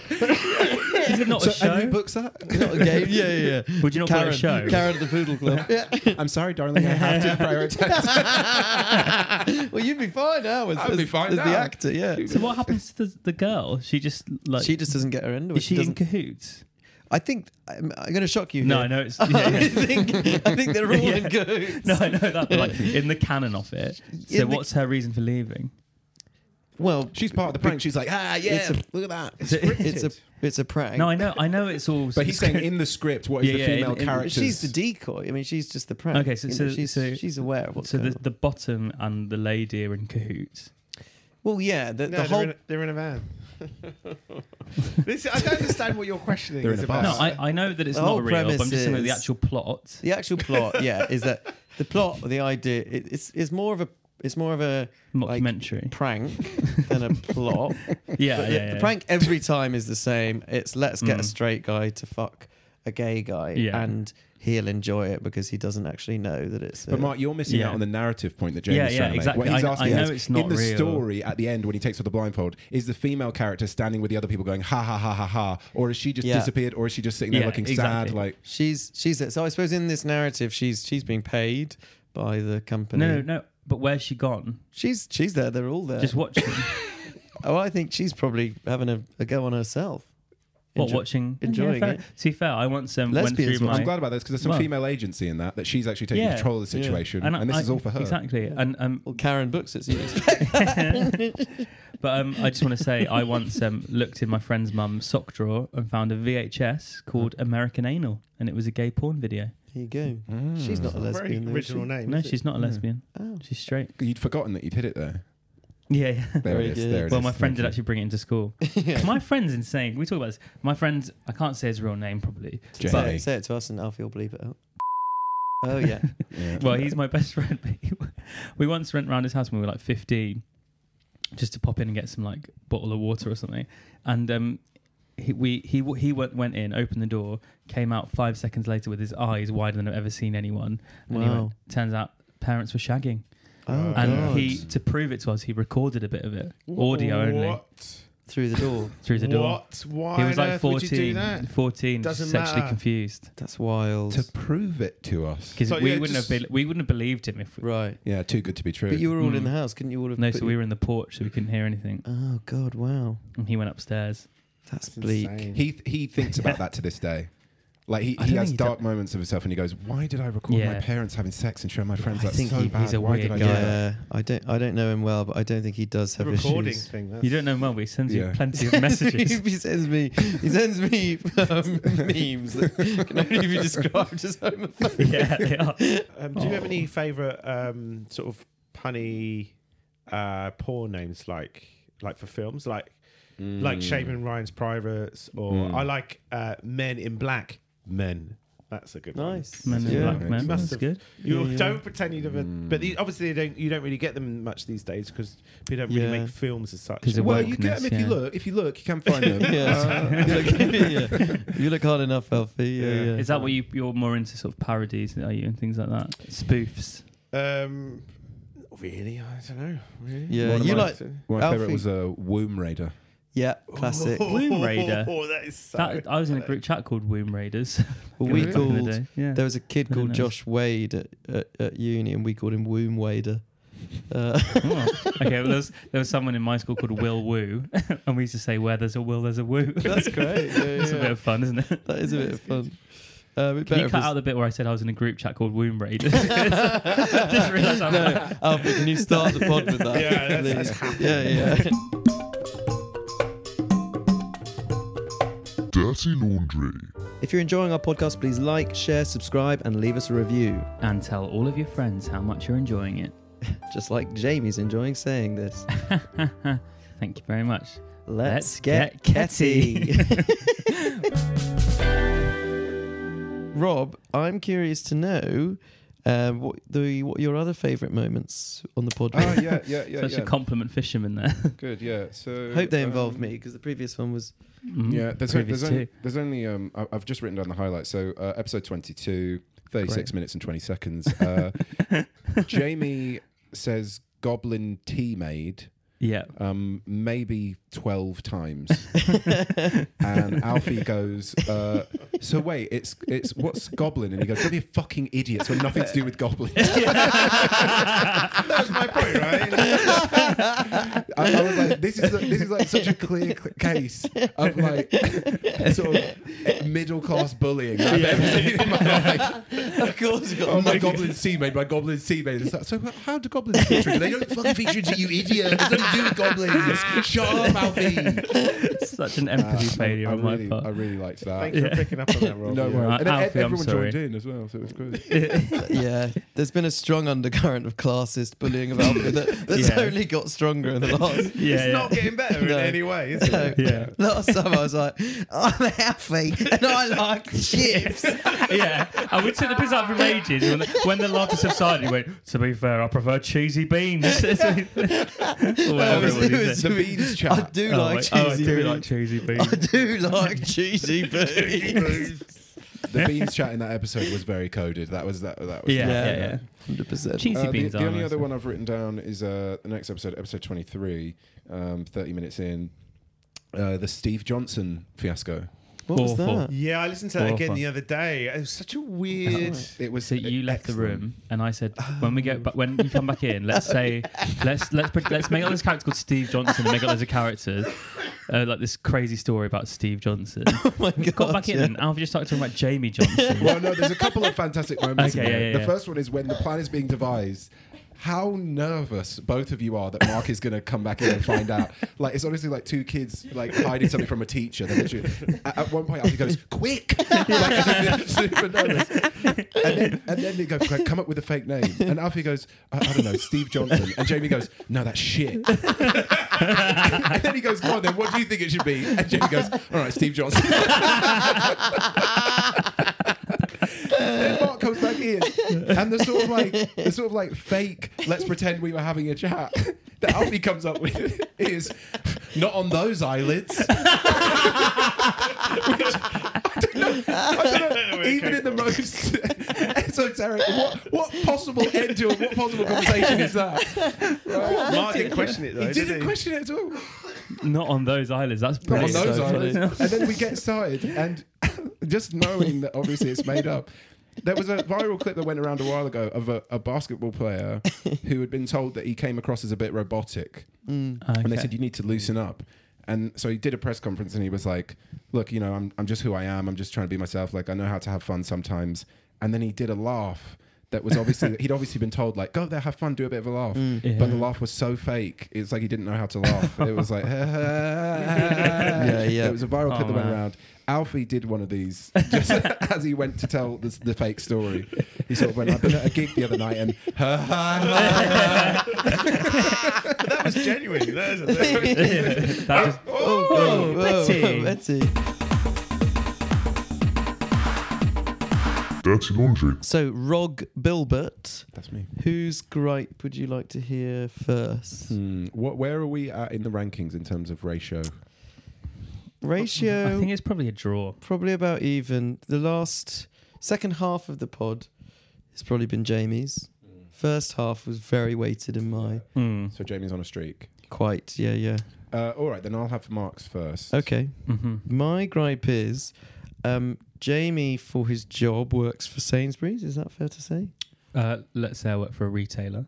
[SPEAKER 3] Is it not
[SPEAKER 1] so
[SPEAKER 3] a show?
[SPEAKER 1] who books that?
[SPEAKER 2] Not a game. Yeah, yeah, yeah.
[SPEAKER 3] Would you not call it a show?
[SPEAKER 2] Karen at the Poodle Club.
[SPEAKER 1] I'm sorry, darling. I have to prioritize.
[SPEAKER 2] well, you'd be fine now. As,
[SPEAKER 1] I'd be
[SPEAKER 2] as-
[SPEAKER 1] fine
[SPEAKER 2] as
[SPEAKER 1] now.
[SPEAKER 2] the actor. Yeah.
[SPEAKER 3] so what happens to the, the girl? She just like
[SPEAKER 2] She just doesn't get her end.
[SPEAKER 3] is she, in
[SPEAKER 2] doesn't.
[SPEAKER 3] cahoots?
[SPEAKER 2] I think I'm, I'm going to shock you.
[SPEAKER 3] No,
[SPEAKER 2] here.
[SPEAKER 3] I know it's
[SPEAKER 2] I
[SPEAKER 3] yeah.
[SPEAKER 2] think I think they're all in cahoots.
[SPEAKER 3] no, I know that. But like in the canon of it. So
[SPEAKER 2] In the-
[SPEAKER 3] what's her reason for leaving?
[SPEAKER 2] Well,
[SPEAKER 1] She's part of the prank. She's like, ah, yeah,
[SPEAKER 2] It's a-
[SPEAKER 1] look at that.
[SPEAKER 2] it's a it's a prank.
[SPEAKER 3] No, I know, I know it's all.
[SPEAKER 1] But he's saying in the script, what is
[SPEAKER 3] Yeah,
[SPEAKER 1] the
[SPEAKER 3] yeah,
[SPEAKER 1] female
[SPEAKER 3] in- in-
[SPEAKER 1] character?
[SPEAKER 2] she's the decoy. I mean, she's just the prank.
[SPEAKER 3] Okay, so-
[SPEAKER 2] You know,
[SPEAKER 3] so-
[SPEAKER 2] she's
[SPEAKER 3] so-
[SPEAKER 2] she's aware of what's
[SPEAKER 3] so
[SPEAKER 2] going
[SPEAKER 3] the,
[SPEAKER 2] on.
[SPEAKER 3] the bottom and the lady are in cahoots.
[SPEAKER 2] Well, yeah, the, the
[SPEAKER 4] No, they're,
[SPEAKER 2] whole
[SPEAKER 4] in a, they're in a van. this, I don't understand what your questioning
[SPEAKER 1] They're in
[SPEAKER 4] is
[SPEAKER 1] a
[SPEAKER 4] about.
[SPEAKER 1] bus.
[SPEAKER 3] No, I, I know that it's
[SPEAKER 2] The
[SPEAKER 3] not
[SPEAKER 2] whole
[SPEAKER 3] real, but I'm just
[SPEAKER 2] premise
[SPEAKER 3] saying that the
[SPEAKER 2] is-
[SPEAKER 3] actual plot.
[SPEAKER 2] the actual plot. yeah, is that the plot? The idea it, it's it's more of a it's more of a like,
[SPEAKER 3] Mockumentary.
[SPEAKER 2] prank than a plot.
[SPEAKER 3] yeah,
[SPEAKER 2] But
[SPEAKER 3] yeah,
[SPEAKER 2] the,
[SPEAKER 3] yeah.
[SPEAKER 2] the prank every time is the same. It's let's get a
[SPEAKER 3] Mm.
[SPEAKER 2] straight guy to fuck a gay guy,
[SPEAKER 3] Yeah.
[SPEAKER 2] and he'll enjoy it because he doesn't actually know that it's.
[SPEAKER 1] But
[SPEAKER 2] a-
[SPEAKER 1] Mark, you're missing
[SPEAKER 3] Yeah.
[SPEAKER 1] out on the narrative point that Jamie's
[SPEAKER 3] Yeah, yeah,
[SPEAKER 1] trying to make.
[SPEAKER 3] exactly.
[SPEAKER 1] What he's
[SPEAKER 3] I- I
[SPEAKER 1] asking
[SPEAKER 3] know
[SPEAKER 1] is,
[SPEAKER 3] it's not
[SPEAKER 1] in the
[SPEAKER 3] real.
[SPEAKER 1] story at the end when he takes off the blindfold. Is the female character standing with the other people going ha ha ha ha ha, or is she just
[SPEAKER 2] Yeah.
[SPEAKER 1] disappeared, or is she just sitting there
[SPEAKER 3] Yeah,
[SPEAKER 1] looking
[SPEAKER 3] exactly.
[SPEAKER 1] sad? Like
[SPEAKER 2] she's she's so I suppose in this narrative she's she's being paid by the company.
[SPEAKER 3] No, no, no. But where's she gone?
[SPEAKER 2] She's she's there. They're all there.
[SPEAKER 3] Just watching.
[SPEAKER 2] oh, I think she's probably having a, a go on herself.
[SPEAKER 3] what,
[SPEAKER 2] Enjoy-
[SPEAKER 3] watching?
[SPEAKER 2] enjoying
[SPEAKER 3] yeah, fair-
[SPEAKER 2] it.
[SPEAKER 3] To be fair, I once um, went
[SPEAKER 2] Lesbians
[SPEAKER 3] through
[SPEAKER 2] watch-
[SPEAKER 3] my.
[SPEAKER 1] I'm glad about this because there's some
[SPEAKER 3] Well-
[SPEAKER 1] female agency in that that she's actually taking
[SPEAKER 3] Yeah.
[SPEAKER 1] control of the
[SPEAKER 2] Yeah.
[SPEAKER 1] situation, and, this
[SPEAKER 3] I-
[SPEAKER 1] is all for her.
[SPEAKER 3] Exactly. And um,
[SPEAKER 2] Well, Karen books it. So you expect-
[SPEAKER 3] but um, I just want to say, I once um, looked in my friend's mum's sock drawer and found a VHS called American Anal, and it was a gay porn video.
[SPEAKER 2] There you go. She's not a
[SPEAKER 4] Mm. Very
[SPEAKER 2] lesbian. though, is
[SPEAKER 4] original
[SPEAKER 2] she?
[SPEAKER 4] name.
[SPEAKER 3] No,
[SPEAKER 4] is it?
[SPEAKER 3] she's
[SPEAKER 1] Hmm.
[SPEAKER 3] not a lesbian.
[SPEAKER 2] Oh.
[SPEAKER 3] She's straight.
[SPEAKER 1] You'd forgotten that you'd hit it there.
[SPEAKER 3] Yeah, yeah.
[SPEAKER 1] There
[SPEAKER 2] Very
[SPEAKER 1] it is.
[SPEAKER 2] good.
[SPEAKER 1] There it
[SPEAKER 3] Well,
[SPEAKER 1] is.
[SPEAKER 3] my friend
[SPEAKER 1] Thank
[SPEAKER 3] did
[SPEAKER 1] you.
[SPEAKER 3] actually bring it into school. My friend's insane. We talk about this. My friend, I can't say his real name probably.
[SPEAKER 1] Jamie.
[SPEAKER 2] Say, it- say it to us, and Alfie will bleep it out. Oh yeah.
[SPEAKER 1] Yeah.
[SPEAKER 3] Well, he's my best friend. But he, we once went round his house when we were like 15 just to pop in and get some like bottle of water or something. And um, he, we, he, w- he went, went in, opened the door, came out five seconds later with his eyes wider than I've ever seen anyone. And he
[SPEAKER 2] Wow.
[SPEAKER 3] went, turns out parents were shagging.
[SPEAKER 2] Oh,
[SPEAKER 3] And
[SPEAKER 2] God.
[SPEAKER 3] he, to prove it to us, he recorded a bit of it, audio only,
[SPEAKER 4] What?
[SPEAKER 2] through the door.
[SPEAKER 3] through the door.
[SPEAKER 4] What? Why
[SPEAKER 3] He was
[SPEAKER 4] on
[SPEAKER 3] like
[SPEAKER 4] earth would you
[SPEAKER 3] 14,
[SPEAKER 4] do that?
[SPEAKER 3] 14 just
[SPEAKER 4] Doesn't
[SPEAKER 3] sexually
[SPEAKER 4] matter.
[SPEAKER 3] confused.
[SPEAKER 2] That's wild.
[SPEAKER 1] to prove it to us.
[SPEAKER 3] Because
[SPEAKER 4] So,
[SPEAKER 3] we,
[SPEAKER 4] yeah,
[SPEAKER 3] wouldn't have
[SPEAKER 4] just-
[SPEAKER 3] be- we wouldn't have believed him if we,
[SPEAKER 2] Right.
[SPEAKER 1] Yeah, too good to be true.
[SPEAKER 2] But you were all in
[SPEAKER 3] Mm.
[SPEAKER 2] the house, couldn't you? All have
[SPEAKER 3] No,
[SPEAKER 2] put
[SPEAKER 3] so we were in the porch, so we couldn't hear anything.
[SPEAKER 2] Oh God! Wow.
[SPEAKER 3] And he went upstairs.
[SPEAKER 2] That's
[SPEAKER 4] It's
[SPEAKER 2] bleak.
[SPEAKER 4] insane.
[SPEAKER 1] he he thinks about that to this day. Like he,
[SPEAKER 3] I
[SPEAKER 1] he
[SPEAKER 3] don't
[SPEAKER 1] has
[SPEAKER 3] think he
[SPEAKER 1] dark moments of himself, and he goes, "Why did I record my
[SPEAKER 3] Yeah.
[SPEAKER 1] parents having sex and show my friends
[SPEAKER 2] I
[SPEAKER 1] that's
[SPEAKER 2] think
[SPEAKER 1] so
[SPEAKER 2] he-
[SPEAKER 1] bad?
[SPEAKER 3] he's a
[SPEAKER 1] Why
[SPEAKER 3] weird
[SPEAKER 1] did I do
[SPEAKER 3] guy.
[SPEAKER 1] that?"
[SPEAKER 2] Yeah, I don't. I don't know him well, but I don't think he does
[SPEAKER 4] The
[SPEAKER 2] have
[SPEAKER 4] recording
[SPEAKER 2] issues.
[SPEAKER 4] thing. That's,
[SPEAKER 3] You don't know him well, but he sends
[SPEAKER 1] Yeah.
[SPEAKER 3] you plenty of messages.
[SPEAKER 2] he sends me. He sends me um, memes that can only be described as homophobic.
[SPEAKER 3] yeah, they are.
[SPEAKER 4] Um, do you have any favourite um, sort of punny uh, porn names like like for films like
[SPEAKER 1] Hmm.
[SPEAKER 4] like Shaving Ryan's Pirates or I like uh, Men in Black. Men. That's a good one.
[SPEAKER 2] Nice.
[SPEAKER 3] Men in
[SPEAKER 2] yeah.
[SPEAKER 3] black men.
[SPEAKER 4] You
[SPEAKER 3] That's
[SPEAKER 4] must have-
[SPEAKER 3] good.
[SPEAKER 4] You
[SPEAKER 2] Yeah, yeah.
[SPEAKER 4] don't pretend you never, but the, obviously they don't. You don't really get them much these days because people don't really
[SPEAKER 2] Yeah.
[SPEAKER 4] make films as such.
[SPEAKER 3] 'Cause they're
[SPEAKER 1] Well, you get them if
[SPEAKER 3] Wokeness,
[SPEAKER 1] you
[SPEAKER 3] yeah.
[SPEAKER 1] look. If you look, you can find Uh-huh. them.
[SPEAKER 2] Yeah. You look- yeah. You look hard enough, Alfie. Yeah,
[SPEAKER 4] Yeah.
[SPEAKER 2] yeah.
[SPEAKER 3] Is that what you, you're more into, sort of parodies, are you, and things like that? Spoofs.
[SPEAKER 4] Um, really, I don't know. Really,
[SPEAKER 2] Yeah,
[SPEAKER 1] One of
[SPEAKER 2] you
[SPEAKER 1] my-
[SPEAKER 2] like.
[SPEAKER 1] My favorite
[SPEAKER 2] Alfie.
[SPEAKER 1] was a uh, Womb Raider.
[SPEAKER 2] Yeah, classic.
[SPEAKER 3] Womb Raider.
[SPEAKER 4] Oh, that is so.
[SPEAKER 3] That, I was in a group chat called Womb Raiders.
[SPEAKER 2] Well, we
[SPEAKER 3] Back in the
[SPEAKER 2] called.
[SPEAKER 3] day. Yeah.
[SPEAKER 2] There was a kid
[SPEAKER 3] I don't
[SPEAKER 2] called
[SPEAKER 3] know.
[SPEAKER 2] Josh Wade at, at, at uni, and we called him Womb Wader. Uh,
[SPEAKER 3] Oh. okay, well, there was, there was someone in my school called Will Woo, and we used to say, where there's a will, there's a woo.
[SPEAKER 2] that's great. Yeah,
[SPEAKER 3] It's a
[SPEAKER 2] yeah.
[SPEAKER 3] bit of fun, isn't it?
[SPEAKER 2] That is a bit of fun. Uh, we
[SPEAKER 3] Can
[SPEAKER 2] better
[SPEAKER 3] you cut
[SPEAKER 2] pres-
[SPEAKER 3] out the bit where I said I was in a group chat called Womb Raiders? Just realised I'm like-
[SPEAKER 2] Alfie, can you start the pod with that?
[SPEAKER 4] Yeah, that's- that's
[SPEAKER 2] please? yeah, yeah.
[SPEAKER 5] Dirty Laundry.
[SPEAKER 2] If you're enjoying our podcast, please like, share, subscribe, and leave us a review.
[SPEAKER 3] and tell all of your friends how much you're enjoying it.
[SPEAKER 2] Just like Jamie's enjoying saying this.
[SPEAKER 3] Thank you very much.
[SPEAKER 2] Let's,
[SPEAKER 3] Let's
[SPEAKER 2] get,
[SPEAKER 3] get
[SPEAKER 2] Ketty. Rob, I'm curious to know um, what the what your other favourite moments on the pod.
[SPEAKER 1] Oh yeah, yeah, yeah.
[SPEAKER 3] Such
[SPEAKER 1] yeah.
[SPEAKER 3] a compliment fisherman there.
[SPEAKER 1] Good, yeah. So
[SPEAKER 2] Hope they
[SPEAKER 1] um,
[SPEAKER 2] involve me because the previous one was
[SPEAKER 3] Mm.
[SPEAKER 1] Yeah, there's,
[SPEAKER 3] Previous
[SPEAKER 1] there's only
[SPEAKER 3] two.
[SPEAKER 1] there's only um, I- I've just written down the highlights. So uh, episode 22, 36
[SPEAKER 2] Great.
[SPEAKER 1] minutes and 20 seconds. Uh, Jamie says goblin tea made
[SPEAKER 3] Yeah.
[SPEAKER 1] um, maybe 12 times. and Alfie goes, uh, So wait, it's it's what's Goblin? And he goes, Don't be a fucking idiot. It's got nothing to do with Goblin.
[SPEAKER 4] That's my point, right?
[SPEAKER 1] I, I was like, this is this is like such a clear cl- case of like sort of middle class bullying that I've ever seen in my life.
[SPEAKER 2] of course, you got
[SPEAKER 1] Oh, my goblin seaman, my goblin seaman. It's like, so how do goblins feature? in it? They don't fucking feature into you, idiot. It's nothing to do with goblins. Shut up, Alfie.
[SPEAKER 3] Such an empathy
[SPEAKER 1] Uh,
[SPEAKER 3] failure
[SPEAKER 1] I
[SPEAKER 3] on
[SPEAKER 1] really,
[SPEAKER 3] my part.
[SPEAKER 1] I really liked that.
[SPEAKER 4] Thanks for picking up on that, Rob.
[SPEAKER 1] No
[SPEAKER 4] Yeah.
[SPEAKER 1] worries.
[SPEAKER 3] Uh,
[SPEAKER 1] And then
[SPEAKER 3] Alfie,
[SPEAKER 1] e-
[SPEAKER 3] I'm
[SPEAKER 1] everyone
[SPEAKER 3] sorry.
[SPEAKER 1] joined in as well, so it was good.
[SPEAKER 2] yeah, there's been a strong undercurrent of classist bullying of Alfie that, that's
[SPEAKER 3] Yeah.
[SPEAKER 2] only got stronger in the last.
[SPEAKER 3] yeah,
[SPEAKER 4] It's
[SPEAKER 3] yeah.
[SPEAKER 4] not getting better in
[SPEAKER 2] No.
[SPEAKER 4] any way, is it?
[SPEAKER 3] yeah.
[SPEAKER 2] Last time I was like, I'm Alfie and I like chips.
[SPEAKER 3] yeah, and we took the piss out for ages. When the, when the laughter subsided, he went, To be fair, I prefer cheesy beans. Or
[SPEAKER 2] That
[SPEAKER 3] whatever
[SPEAKER 2] was-
[SPEAKER 3] it
[SPEAKER 2] it
[SPEAKER 3] was.
[SPEAKER 2] was
[SPEAKER 1] The beans chat.
[SPEAKER 2] I do
[SPEAKER 3] Oh,
[SPEAKER 2] like
[SPEAKER 3] wait,
[SPEAKER 2] cheesy
[SPEAKER 3] oh, I do
[SPEAKER 2] beans.
[SPEAKER 3] like cheesy beans.
[SPEAKER 2] I do like cheesy beans.
[SPEAKER 1] The beans chat in that episode was very coded. That was that. That was
[SPEAKER 3] Yeah, yeah, yeah.
[SPEAKER 2] Hundred percent.
[SPEAKER 3] Cheesy
[SPEAKER 1] Uh, the,
[SPEAKER 3] beans
[SPEAKER 1] the
[SPEAKER 3] are
[SPEAKER 1] only
[SPEAKER 3] nice,
[SPEAKER 1] other
[SPEAKER 3] yeah.
[SPEAKER 1] one I've written down is uh, the next episode, episode 23, um, 30 minutes in, uh, the Steve Johnson fiasco.
[SPEAKER 2] What was
[SPEAKER 3] Awful.
[SPEAKER 2] that?
[SPEAKER 4] Yeah, I listened to that
[SPEAKER 3] Awful.
[SPEAKER 4] again the other day. It was such a weird.
[SPEAKER 1] It was
[SPEAKER 3] So you left the
[SPEAKER 1] excellent. Oh.
[SPEAKER 3] room, and I said, "When we get, but when you come back in, let's say, let's let's pre- let's make up this character called Steve Johnson, make up loads of characters, uh, like this crazy story about Steve Johnson."
[SPEAKER 2] Oh my god!
[SPEAKER 3] Got back in,
[SPEAKER 2] yeah.
[SPEAKER 3] and Alfie just started talking about Jamie Johnson.
[SPEAKER 1] Well, no, there's a couple of fantastic moments.
[SPEAKER 3] Okay,
[SPEAKER 1] in there.
[SPEAKER 3] yeah, yeah,
[SPEAKER 1] the
[SPEAKER 3] yeah.
[SPEAKER 1] first one is when the plan is being devised. How nervous both of you are that Mark is going to come back in and find out. Like it's honestly like two kids like hiding something from a teacher. They're literally- At, at one point, Alfie goes, "Quick!" Like, they're super nervous. And then, and then they go, "Quick, "Come up with a fake name." And Alfie goes, I, "I don't know, Steve Johnson." And Jamie goes, "No, that's shit." and then he goes, "Come on, then, what do you think it should be?" And Jamie goes, "All right, Steve Johnson." then Mark comes back in, and the sort of like the sort of like fake "let's pretend we were having a chat" that Alfie comes up with is not on those eyelids. Which, I don't know, I don't know, even in the most esoteric, what, what possible end to a, what possible conversation is that?
[SPEAKER 4] Mark didn't question it though.
[SPEAKER 1] He
[SPEAKER 4] did
[SPEAKER 1] didn't question it at all.
[SPEAKER 3] Not on those eyelids. That's
[SPEAKER 1] Not on
[SPEAKER 3] brilliant.
[SPEAKER 1] those
[SPEAKER 2] so funny.
[SPEAKER 1] eyelids. And then we get started, and just knowing that obviously it's made up. There was a viral clip that went around a while ago of a, a basketball player who had been told that he came across as a bit robotic, and they
[SPEAKER 3] Ah, Okay.
[SPEAKER 1] said you need to loosen up. And so he did a press conference, and he was like, "Look, you know, I'm I'm just who I am. I'm just trying to be myself. Like I know how to have fun sometimes." And then he did a laugh that was obviously he'd obviously been told like, "Go there, have fun, do a bit of a laugh."
[SPEAKER 3] Yeah.
[SPEAKER 1] But the laugh was so fake. It's like he didn't know how to laugh. It was like, yeah,
[SPEAKER 2] yeah.
[SPEAKER 1] It was a viral clip
[SPEAKER 3] Oh,
[SPEAKER 1] that went
[SPEAKER 3] man.
[SPEAKER 1] around. Alfie did one of these just as he went to tell the, the fake story. He sort of went, I've been at a gig the other night and
[SPEAKER 4] But that was genuine. That was a
[SPEAKER 3] That just-
[SPEAKER 2] Oh,
[SPEAKER 3] Whoa, Betty.
[SPEAKER 2] Betty.
[SPEAKER 5] Dirty Laundry.
[SPEAKER 2] So, Rog Bilbert,
[SPEAKER 1] That's me.
[SPEAKER 2] whose gripe would you like to hear first?
[SPEAKER 3] Hmm.
[SPEAKER 4] Hmm.
[SPEAKER 1] What, where are we at in the rankings in terms of ratio?
[SPEAKER 3] I think
[SPEAKER 2] Ratio
[SPEAKER 3] it's probably a draw.
[SPEAKER 2] probably about even. The last second half of the pod has probably been Jamie's. First half was very weighted in my
[SPEAKER 3] Mm.
[SPEAKER 1] So Jamie's on a streak.
[SPEAKER 2] quite. Yeah, yeah.
[SPEAKER 1] Uh, all right, then I'll have Mark's first.
[SPEAKER 2] Okay.
[SPEAKER 3] hmm
[SPEAKER 2] My gripe is um, Jamie, for his job, works for Sainsbury's. Is that fair to say?
[SPEAKER 3] Uh, let's say I work for a retailer,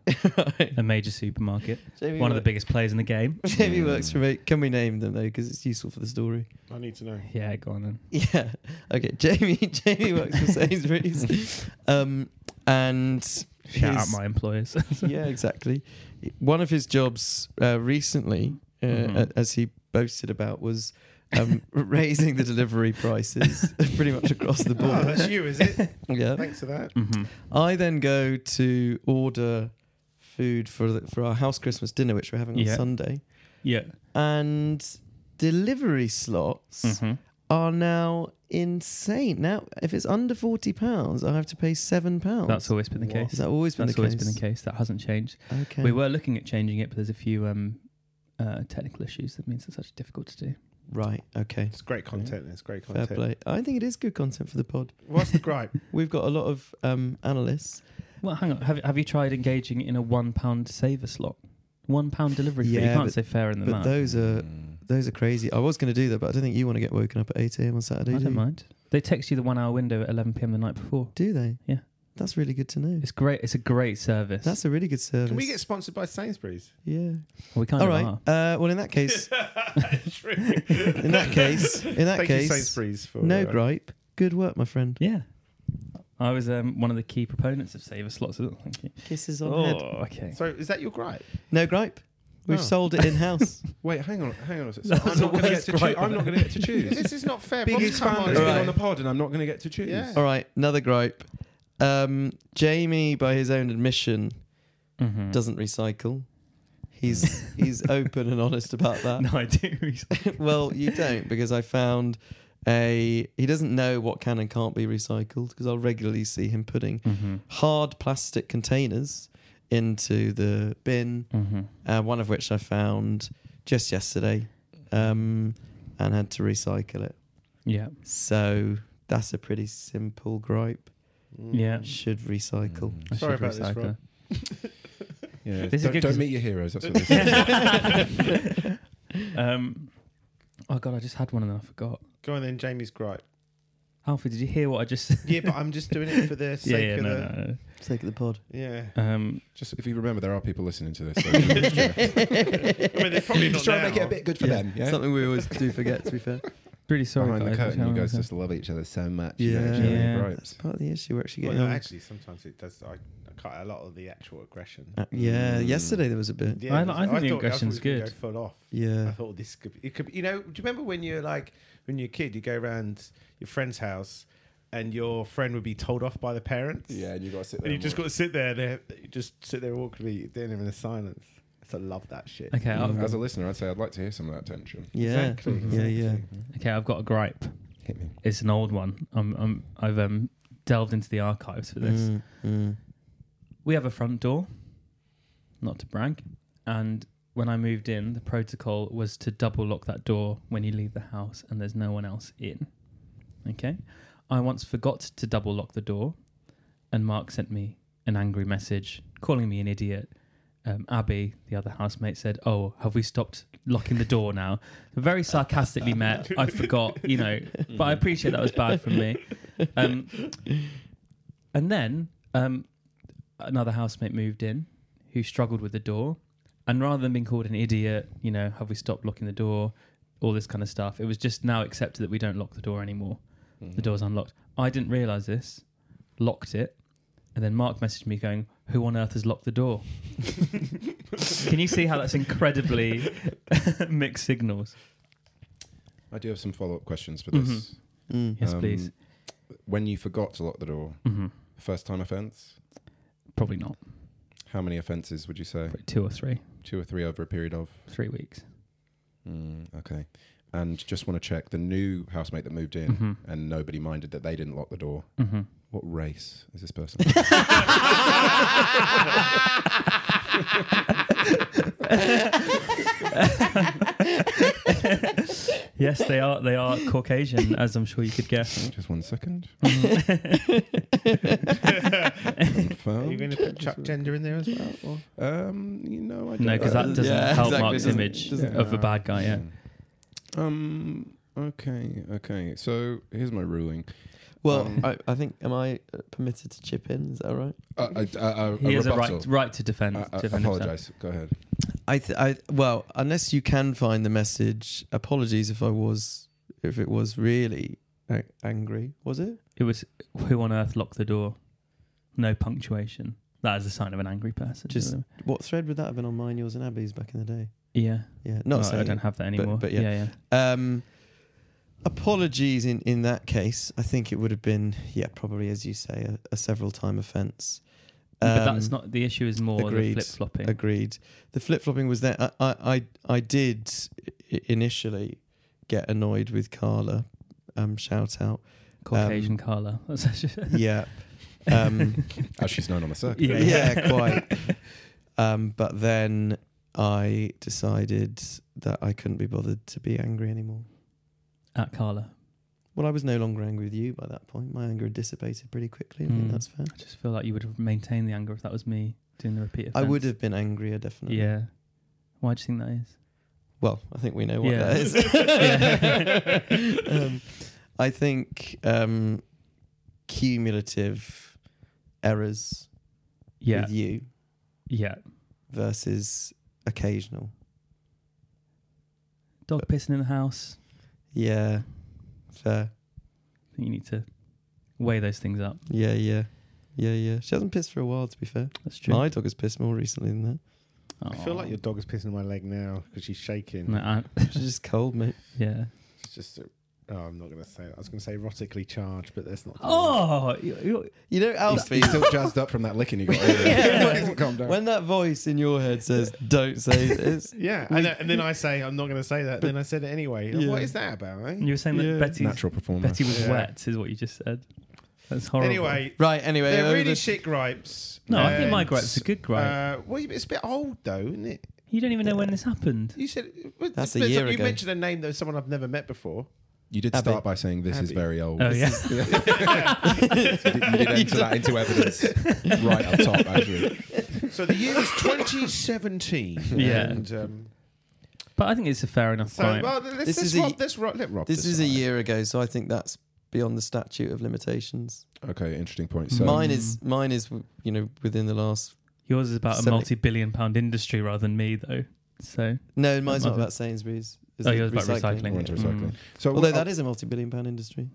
[SPEAKER 3] a major supermarket,
[SPEAKER 2] Jamie
[SPEAKER 3] one of the
[SPEAKER 2] work-
[SPEAKER 3] biggest players in the game.
[SPEAKER 2] Jamie works for. Can we name them though? Because it's useful for the story.
[SPEAKER 4] I need to know.
[SPEAKER 3] Yeah, go on then.
[SPEAKER 2] Yeah. Okay. Jamie. Jamie works for Sainsbury's, um, and
[SPEAKER 3] Shout
[SPEAKER 2] his-
[SPEAKER 3] out my employers.
[SPEAKER 2] yeah, exactly. One of his jobs uh, recently, uh,
[SPEAKER 3] Mhm.
[SPEAKER 2] a- as he boasted about, was um, raising the delivery prices pretty much across the
[SPEAKER 4] Oh,
[SPEAKER 2] board.
[SPEAKER 4] that's you, is it?
[SPEAKER 2] yeah.
[SPEAKER 4] Thanks for that.
[SPEAKER 3] hmm
[SPEAKER 2] I then go to order food for the, for our house Christmas dinner, which we're having on
[SPEAKER 3] Yeah.
[SPEAKER 2] Sunday,
[SPEAKER 3] Yeah.
[SPEAKER 2] and delivery slots
[SPEAKER 1] Mm-hmm.
[SPEAKER 3] hmm
[SPEAKER 2] are now insane. Now, if it's under forty pounds, I have to pay seven pounds.
[SPEAKER 3] That's always been the case.
[SPEAKER 2] Has that always been
[SPEAKER 3] That's
[SPEAKER 2] the
[SPEAKER 3] always
[SPEAKER 2] case?
[SPEAKER 3] been the case. That hasn't changed.
[SPEAKER 2] Okay.
[SPEAKER 3] We were looking at changing it, but there's a few um, uh, technical issues that means it's actually difficult to do.
[SPEAKER 2] right. Okay.
[SPEAKER 4] It's great content. It's great
[SPEAKER 2] Fair
[SPEAKER 4] content.
[SPEAKER 2] play. I think it is good content for the pod.
[SPEAKER 4] What's the gripe?
[SPEAKER 2] We've got a lot of um, analysts.
[SPEAKER 3] Well, hang on. Have, have you tried engaging in a one pound saver slot? one pound delivery fee.
[SPEAKER 2] Yeah,
[SPEAKER 3] you can't
[SPEAKER 2] but-
[SPEAKER 3] say fairer than
[SPEAKER 2] But
[SPEAKER 3] that.
[SPEAKER 2] those are
[SPEAKER 1] Hmm.
[SPEAKER 2] those are crazy. I was going to do that, but I don't think you want to get woken up at eight a.m. on Saturday.
[SPEAKER 3] I
[SPEAKER 2] do
[SPEAKER 3] don't
[SPEAKER 2] you?
[SPEAKER 3] mind. They text you the one hour window at 11 p.m. the night before.
[SPEAKER 2] Do they?
[SPEAKER 3] Yeah.
[SPEAKER 2] That's really good to know.
[SPEAKER 3] It's great. It's a great service.
[SPEAKER 2] That's a really good service.
[SPEAKER 4] Can we get sponsored by Sainsbury's?
[SPEAKER 2] Yeah.
[SPEAKER 3] we kind
[SPEAKER 2] All
[SPEAKER 3] of
[SPEAKER 2] right.
[SPEAKER 3] are.
[SPEAKER 2] Uh, well, in that case, in
[SPEAKER 4] in
[SPEAKER 2] that case, in that
[SPEAKER 4] Thank
[SPEAKER 2] case,
[SPEAKER 4] you, Sainsbury's,
[SPEAKER 3] Oh,
[SPEAKER 4] for
[SPEAKER 2] no
[SPEAKER 4] uh,
[SPEAKER 2] gripe. Good work, my friend.
[SPEAKER 3] Yeah. I was um, one of the key proponents of saver slots. Oh, Thank you.
[SPEAKER 2] Kisses on
[SPEAKER 3] Oh,
[SPEAKER 2] head.
[SPEAKER 3] okay.
[SPEAKER 4] So is that your gripe?
[SPEAKER 2] No gripe. We've
[SPEAKER 4] Oh.
[SPEAKER 2] sold it in house.
[SPEAKER 1] Wait, hang on, hang on a second.
[SPEAKER 3] That
[SPEAKER 1] I'm
[SPEAKER 3] was
[SPEAKER 1] not
[SPEAKER 3] the
[SPEAKER 1] going to get
[SPEAKER 3] worst
[SPEAKER 1] to choose.
[SPEAKER 3] gripe
[SPEAKER 1] I'm not going to get to
[SPEAKER 4] this
[SPEAKER 1] choose.
[SPEAKER 4] is not fair.
[SPEAKER 1] Big
[SPEAKER 4] Bob's come
[SPEAKER 1] expander
[SPEAKER 4] on.
[SPEAKER 1] has been
[SPEAKER 2] Right.
[SPEAKER 1] on the pod, and I'm not going to get to choose.
[SPEAKER 4] Yeah.
[SPEAKER 2] All right, another gripe. Um, Jamie, by his own admission,
[SPEAKER 3] Mhm.
[SPEAKER 2] doesn't recycle. He's he's open and honest about that.
[SPEAKER 3] no, I do. recycle.
[SPEAKER 2] well, you don't because I found a. He doesn't know what can and can't be recycled because I'll regularly see him putting
[SPEAKER 3] Mm-hmm.
[SPEAKER 2] hard plastic containers into the bin.
[SPEAKER 3] Mm-hmm.
[SPEAKER 2] Uh, one of which I found just yesterday, um, and had to recycle it.
[SPEAKER 3] Yeah.
[SPEAKER 2] So that's a pretty simple gripe.
[SPEAKER 3] Yeah.
[SPEAKER 2] Should recycle.
[SPEAKER 1] Mm.
[SPEAKER 3] I
[SPEAKER 4] Sorry
[SPEAKER 3] should
[SPEAKER 4] about this,
[SPEAKER 3] recycle.
[SPEAKER 4] Rob.
[SPEAKER 1] Yeah.
[SPEAKER 3] This is
[SPEAKER 1] don't
[SPEAKER 3] good
[SPEAKER 1] don't
[SPEAKER 3] 'cause-
[SPEAKER 1] meet your heroes. That's what this is.
[SPEAKER 3] um, oh god, I just had one and then I forgot.
[SPEAKER 4] Go on then, Jamie's gripe.
[SPEAKER 3] Alfie, did you hear what I just? said?
[SPEAKER 4] Yeah, but I'm just doing it for the sake
[SPEAKER 3] yeah, yeah,
[SPEAKER 4] of
[SPEAKER 3] no,
[SPEAKER 4] the.
[SPEAKER 3] no,
[SPEAKER 2] Take the pod.
[SPEAKER 4] Yeah.
[SPEAKER 3] no. Um,
[SPEAKER 1] Just if you remember, there are people listening to this. So just try-
[SPEAKER 4] I mean, they're probably not
[SPEAKER 1] just try and
[SPEAKER 4] now.
[SPEAKER 1] make it a bit good for
[SPEAKER 2] Yeah.
[SPEAKER 1] them. Yeah.
[SPEAKER 2] Something we always do forget. To be fair,
[SPEAKER 3] really sorry.
[SPEAKER 1] Behind the
[SPEAKER 3] guys,
[SPEAKER 1] curtain, you
[SPEAKER 3] Oh,
[SPEAKER 1] guys
[SPEAKER 3] okay.
[SPEAKER 1] just love each other so much.
[SPEAKER 2] Yeah.
[SPEAKER 1] You know, each other's
[SPEAKER 3] Yeah.
[SPEAKER 1] gripes.
[SPEAKER 2] part of the issue. We're actually
[SPEAKER 4] Well,
[SPEAKER 2] getting
[SPEAKER 4] no,
[SPEAKER 2] on.
[SPEAKER 4] actually, sometimes it does. I, I cut a lot of the actual aggression.
[SPEAKER 2] Uh, yeah,
[SPEAKER 1] Mm.
[SPEAKER 2] yesterday there was a bit.
[SPEAKER 4] Yeah,
[SPEAKER 3] I li- I think the
[SPEAKER 4] thought-
[SPEAKER 3] aggression's
[SPEAKER 4] I thought it was
[SPEAKER 3] good.
[SPEAKER 4] gonna Go full off. I
[SPEAKER 2] Yeah.
[SPEAKER 4] thought this could be, it could be, you know, do you remember when you're like, when you're a kid, you go around your friend's house and your friend would be told off by the parents?
[SPEAKER 1] Yeah, and you got to sit there.
[SPEAKER 4] And you just got to sit there, there, you just sit there awkwardly, eat dinner in the silence. So I love that shit.
[SPEAKER 3] Okay, I'll,
[SPEAKER 1] As a listener, I'd say I'd like to hear some of that tension.
[SPEAKER 2] Yeah.
[SPEAKER 4] Exactly,
[SPEAKER 2] Yeah, yeah. Mm,
[SPEAKER 1] Mm.
[SPEAKER 3] okay, I've got a gripe.
[SPEAKER 1] Hit me.
[SPEAKER 3] It's an old one. I'm, I'm, I've um, delved into the archives for this.
[SPEAKER 2] Mm, mm.
[SPEAKER 3] We have a front door, not to brag. And when I moved in, the protocol was to double lock that door when you leave the house and there's no one else in. Okay. I once forgot to double lock the door, and Mark sent me an angry message calling me an idiot. Um, Abby, the other housemate, said, Oh, have we stopped locking the door now? Very sarcastically met. I forgot, you know, but I appreciate that was bad from me. Um, and then um, another housemate moved in who struggled with the door. And rather than being called an idiot, you know, have we stopped locking the door, all this kind of stuff, it was just now accepted that we don't lock the door anymore. The door's unlocked. I didn't realize this, locked it. And then Mark messaged me going, Who on earth has locked the door? Can you see how that's incredibly mixed signals?
[SPEAKER 1] Mm-hmm. I do have some follow up questions for this.
[SPEAKER 3] Mhm.
[SPEAKER 2] Mm.
[SPEAKER 3] Yes,
[SPEAKER 1] Um,
[SPEAKER 3] please.
[SPEAKER 1] When you forgot to lock the door,
[SPEAKER 3] hmm
[SPEAKER 1] first time offence,
[SPEAKER 3] Probably not.
[SPEAKER 1] how many offences would you say?
[SPEAKER 3] Probably two or three,
[SPEAKER 1] Two or three over a period of?
[SPEAKER 3] three weeks.
[SPEAKER 1] Mm, okay. And just want to check the new housemate that moved in
[SPEAKER 3] Mhm.
[SPEAKER 1] and nobody minded that they didn't lock the door.
[SPEAKER 2] Mm-hmm.
[SPEAKER 3] hmm
[SPEAKER 1] What race is this person?
[SPEAKER 3] Yes, they are. They are Caucasian, as I'm sure you could guess.
[SPEAKER 1] just one second.
[SPEAKER 4] Are you
[SPEAKER 1] Confirm.
[SPEAKER 4] going to put Chuck Gender in there as well? Or?
[SPEAKER 1] Um, you know, I don't
[SPEAKER 3] No, because
[SPEAKER 1] know.
[SPEAKER 3] that doesn't
[SPEAKER 2] Yeah,
[SPEAKER 3] help
[SPEAKER 2] exactly,
[SPEAKER 3] Mark's
[SPEAKER 2] doesn't-
[SPEAKER 3] image
[SPEAKER 2] doesn't- Mm.
[SPEAKER 3] of a bad guy. Yeah.
[SPEAKER 1] Um. Okay. Okay. So here's my ruling.
[SPEAKER 2] Well,
[SPEAKER 1] Um,
[SPEAKER 2] I, I think am I uh, permitted to chip in? Is that all right?
[SPEAKER 1] Uh, uh, uh, uh,
[SPEAKER 3] He has a right
[SPEAKER 1] rebuttal.
[SPEAKER 3] right to defend.
[SPEAKER 1] Uh, uh,
[SPEAKER 3] defend himself.
[SPEAKER 1] apologize. Go ahead.
[SPEAKER 2] I, th- I well, unless you can find the message. Apologies if I was if it was really a- angry. Was it?
[SPEAKER 3] It was who on earth locked the door? No punctuation. That is a sign of an angry person.
[SPEAKER 2] Just- What thread would that have been on mine, yours, and Abby's back in the day?
[SPEAKER 3] yeah.
[SPEAKER 2] Yeah, not
[SPEAKER 3] Oh, I
[SPEAKER 2] saying
[SPEAKER 3] don't have that anymore.
[SPEAKER 2] but yeah.
[SPEAKER 3] yeah, yeah.
[SPEAKER 2] Um, apologies in, in that case. I think it would have been, yeah, probably as you say, a, a several time offence.
[SPEAKER 3] but
[SPEAKER 2] Um,
[SPEAKER 3] that's not the issue. Is more
[SPEAKER 2] agreed.
[SPEAKER 3] the flip flopping.
[SPEAKER 2] agreed. The flip flopping was there. I, I, I, I did i- initially get annoyed with Carla. Um, shout out.
[SPEAKER 3] Caucasian Carla. That's actually-
[SPEAKER 2] um, Yeah. Um,
[SPEAKER 1] As she's known on the circuit.
[SPEAKER 3] Yeah.
[SPEAKER 2] yeah, quite. Um, but then I decided that I couldn't be bothered to be angry anymore.
[SPEAKER 3] at Carla.
[SPEAKER 2] Well, I was no longer angry with you by that point. My anger had dissipated pretty quickly. I think
[SPEAKER 3] Mm.
[SPEAKER 2] that's fair.
[SPEAKER 3] I just feel like you would have maintained the anger if that was me doing the repeat.
[SPEAKER 2] I
[SPEAKER 3] offence.
[SPEAKER 2] would have been angrier, definitely.
[SPEAKER 3] Yeah. Why do you think that is?
[SPEAKER 2] Well, I think we know what
[SPEAKER 3] Yeah.
[SPEAKER 2] that is. um, I think um, cumulative errors
[SPEAKER 3] Yeah,
[SPEAKER 2] with you
[SPEAKER 3] yeah.
[SPEAKER 2] versus occasional.
[SPEAKER 3] Dog pissing in the house.
[SPEAKER 2] Yeah, fair.
[SPEAKER 3] I think you need to weigh those things up.
[SPEAKER 2] Yeah, yeah, yeah, yeah. She hasn't pissed for a while, to be fair.
[SPEAKER 3] That's true.
[SPEAKER 2] My dog has pissed more recently than that.
[SPEAKER 4] I feel like
[SPEAKER 3] Aw.
[SPEAKER 4] your dog is pissing on my leg now because she's shaking.
[SPEAKER 3] No, I-
[SPEAKER 2] She's just cold, mate.
[SPEAKER 3] yeah.
[SPEAKER 4] It's just. A, oh, I'm not going to say. That. I was going to say erotically charged, but that's not.
[SPEAKER 3] Oh, you, you-
[SPEAKER 2] You know,
[SPEAKER 1] He's,
[SPEAKER 2] Alfie.
[SPEAKER 1] he's still jazzed up from that licking he got. earlier.
[SPEAKER 2] Yeah.
[SPEAKER 1] He hasn't calmed down.
[SPEAKER 2] when that voice in your head says, "Don't say this,"
[SPEAKER 4] Yeah, and, then- and then I say I'm not going to say that. Then I said it anyway.
[SPEAKER 2] Yeah.
[SPEAKER 4] What is that about? eh?
[SPEAKER 3] you were saying that
[SPEAKER 2] Yeah.
[SPEAKER 3] Betty's,
[SPEAKER 1] Natural performer.
[SPEAKER 3] Betty was
[SPEAKER 4] Yeah.
[SPEAKER 3] wet, is what you just said. That's horrible.
[SPEAKER 4] Anyway,
[SPEAKER 2] right? Anyway,
[SPEAKER 4] they're
[SPEAKER 2] over
[SPEAKER 4] really
[SPEAKER 2] the-
[SPEAKER 4] shit gripes.
[SPEAKER 3] no, I think my
[SPEAKER 4] and,
[SPEAKER 3] gripe's a good gripe.
[SPEAKER 4] Uh, well, it's a bit old though, isn't it?
[SPEAKER 3] you don't even know when this happened.
[SPEAKER 4] You said
[SPEAKER 2] That's a
[SPEAKER 4] but
[SPEAKER 2] year
[SPEAKER 4] You
[SPEAKER 2] ago.
[SPEAKER 4] mentioned a name though, someone I've never met before.
[SPEAKER 1] You did
[SPEAKER 2] Abby.
[SPEAKER 1] start by saying this is
[SPEAKER 4] Abby.
[SPEAKER 1] very old.
[SPEAKER 3] Oh
[SPEAKER 1] You
[SPEAKER 3] yeah,
[SPEAKER 1] did- you did enter that into evidence right up top, actually.
[SPEAKER 4] So the year was 2017.
[SPEAKER 3] Yeah.
[SPEAKER 4] And, um,
[SPEAKER 3] but I think it's a fair enough
[SPEAKER 4] so
[SPEAKER 3] gripe.
[SPEAKER 4] well, let's,
[SPEAKER 2] This
[SPEAKER 4] let's
[SPEAKER 2] is a-
[SPEAKER 4] Rob, let's Rob, let Rob.
[SPEAKER 2] this is a
[SPEAKER 4] decide.
[SPEAKER 2] year ago, so I think that's beyond the statute of limitations.
[SPEAKER 1] Okay, interesting point. So
[SPEAKER 3] mm.
[SPEAKER 2] mine is mine is you know within the last.
[SPEAKER 3] Yours is about a
[SPEAKER 2] Something-
[SPEAKER 3] multi-billion-pound industry rather than me, though. So
[SPEAKER 2] No, mine's not
[SPEAKER 3] Mine-
[SPEAKER 2] about Sainsbury's. It's
[SPEAKER 3] Oh, yours is about recycling.
[SPEAKER 1] I went to
[SPEAKER 3] Mm.
[SPEAKER 1] recycling. So
[SPEAKER 2] Although
[SPEAKER 1] I'll-
[SPEAKER 2] that is a multi-billion-pound industry.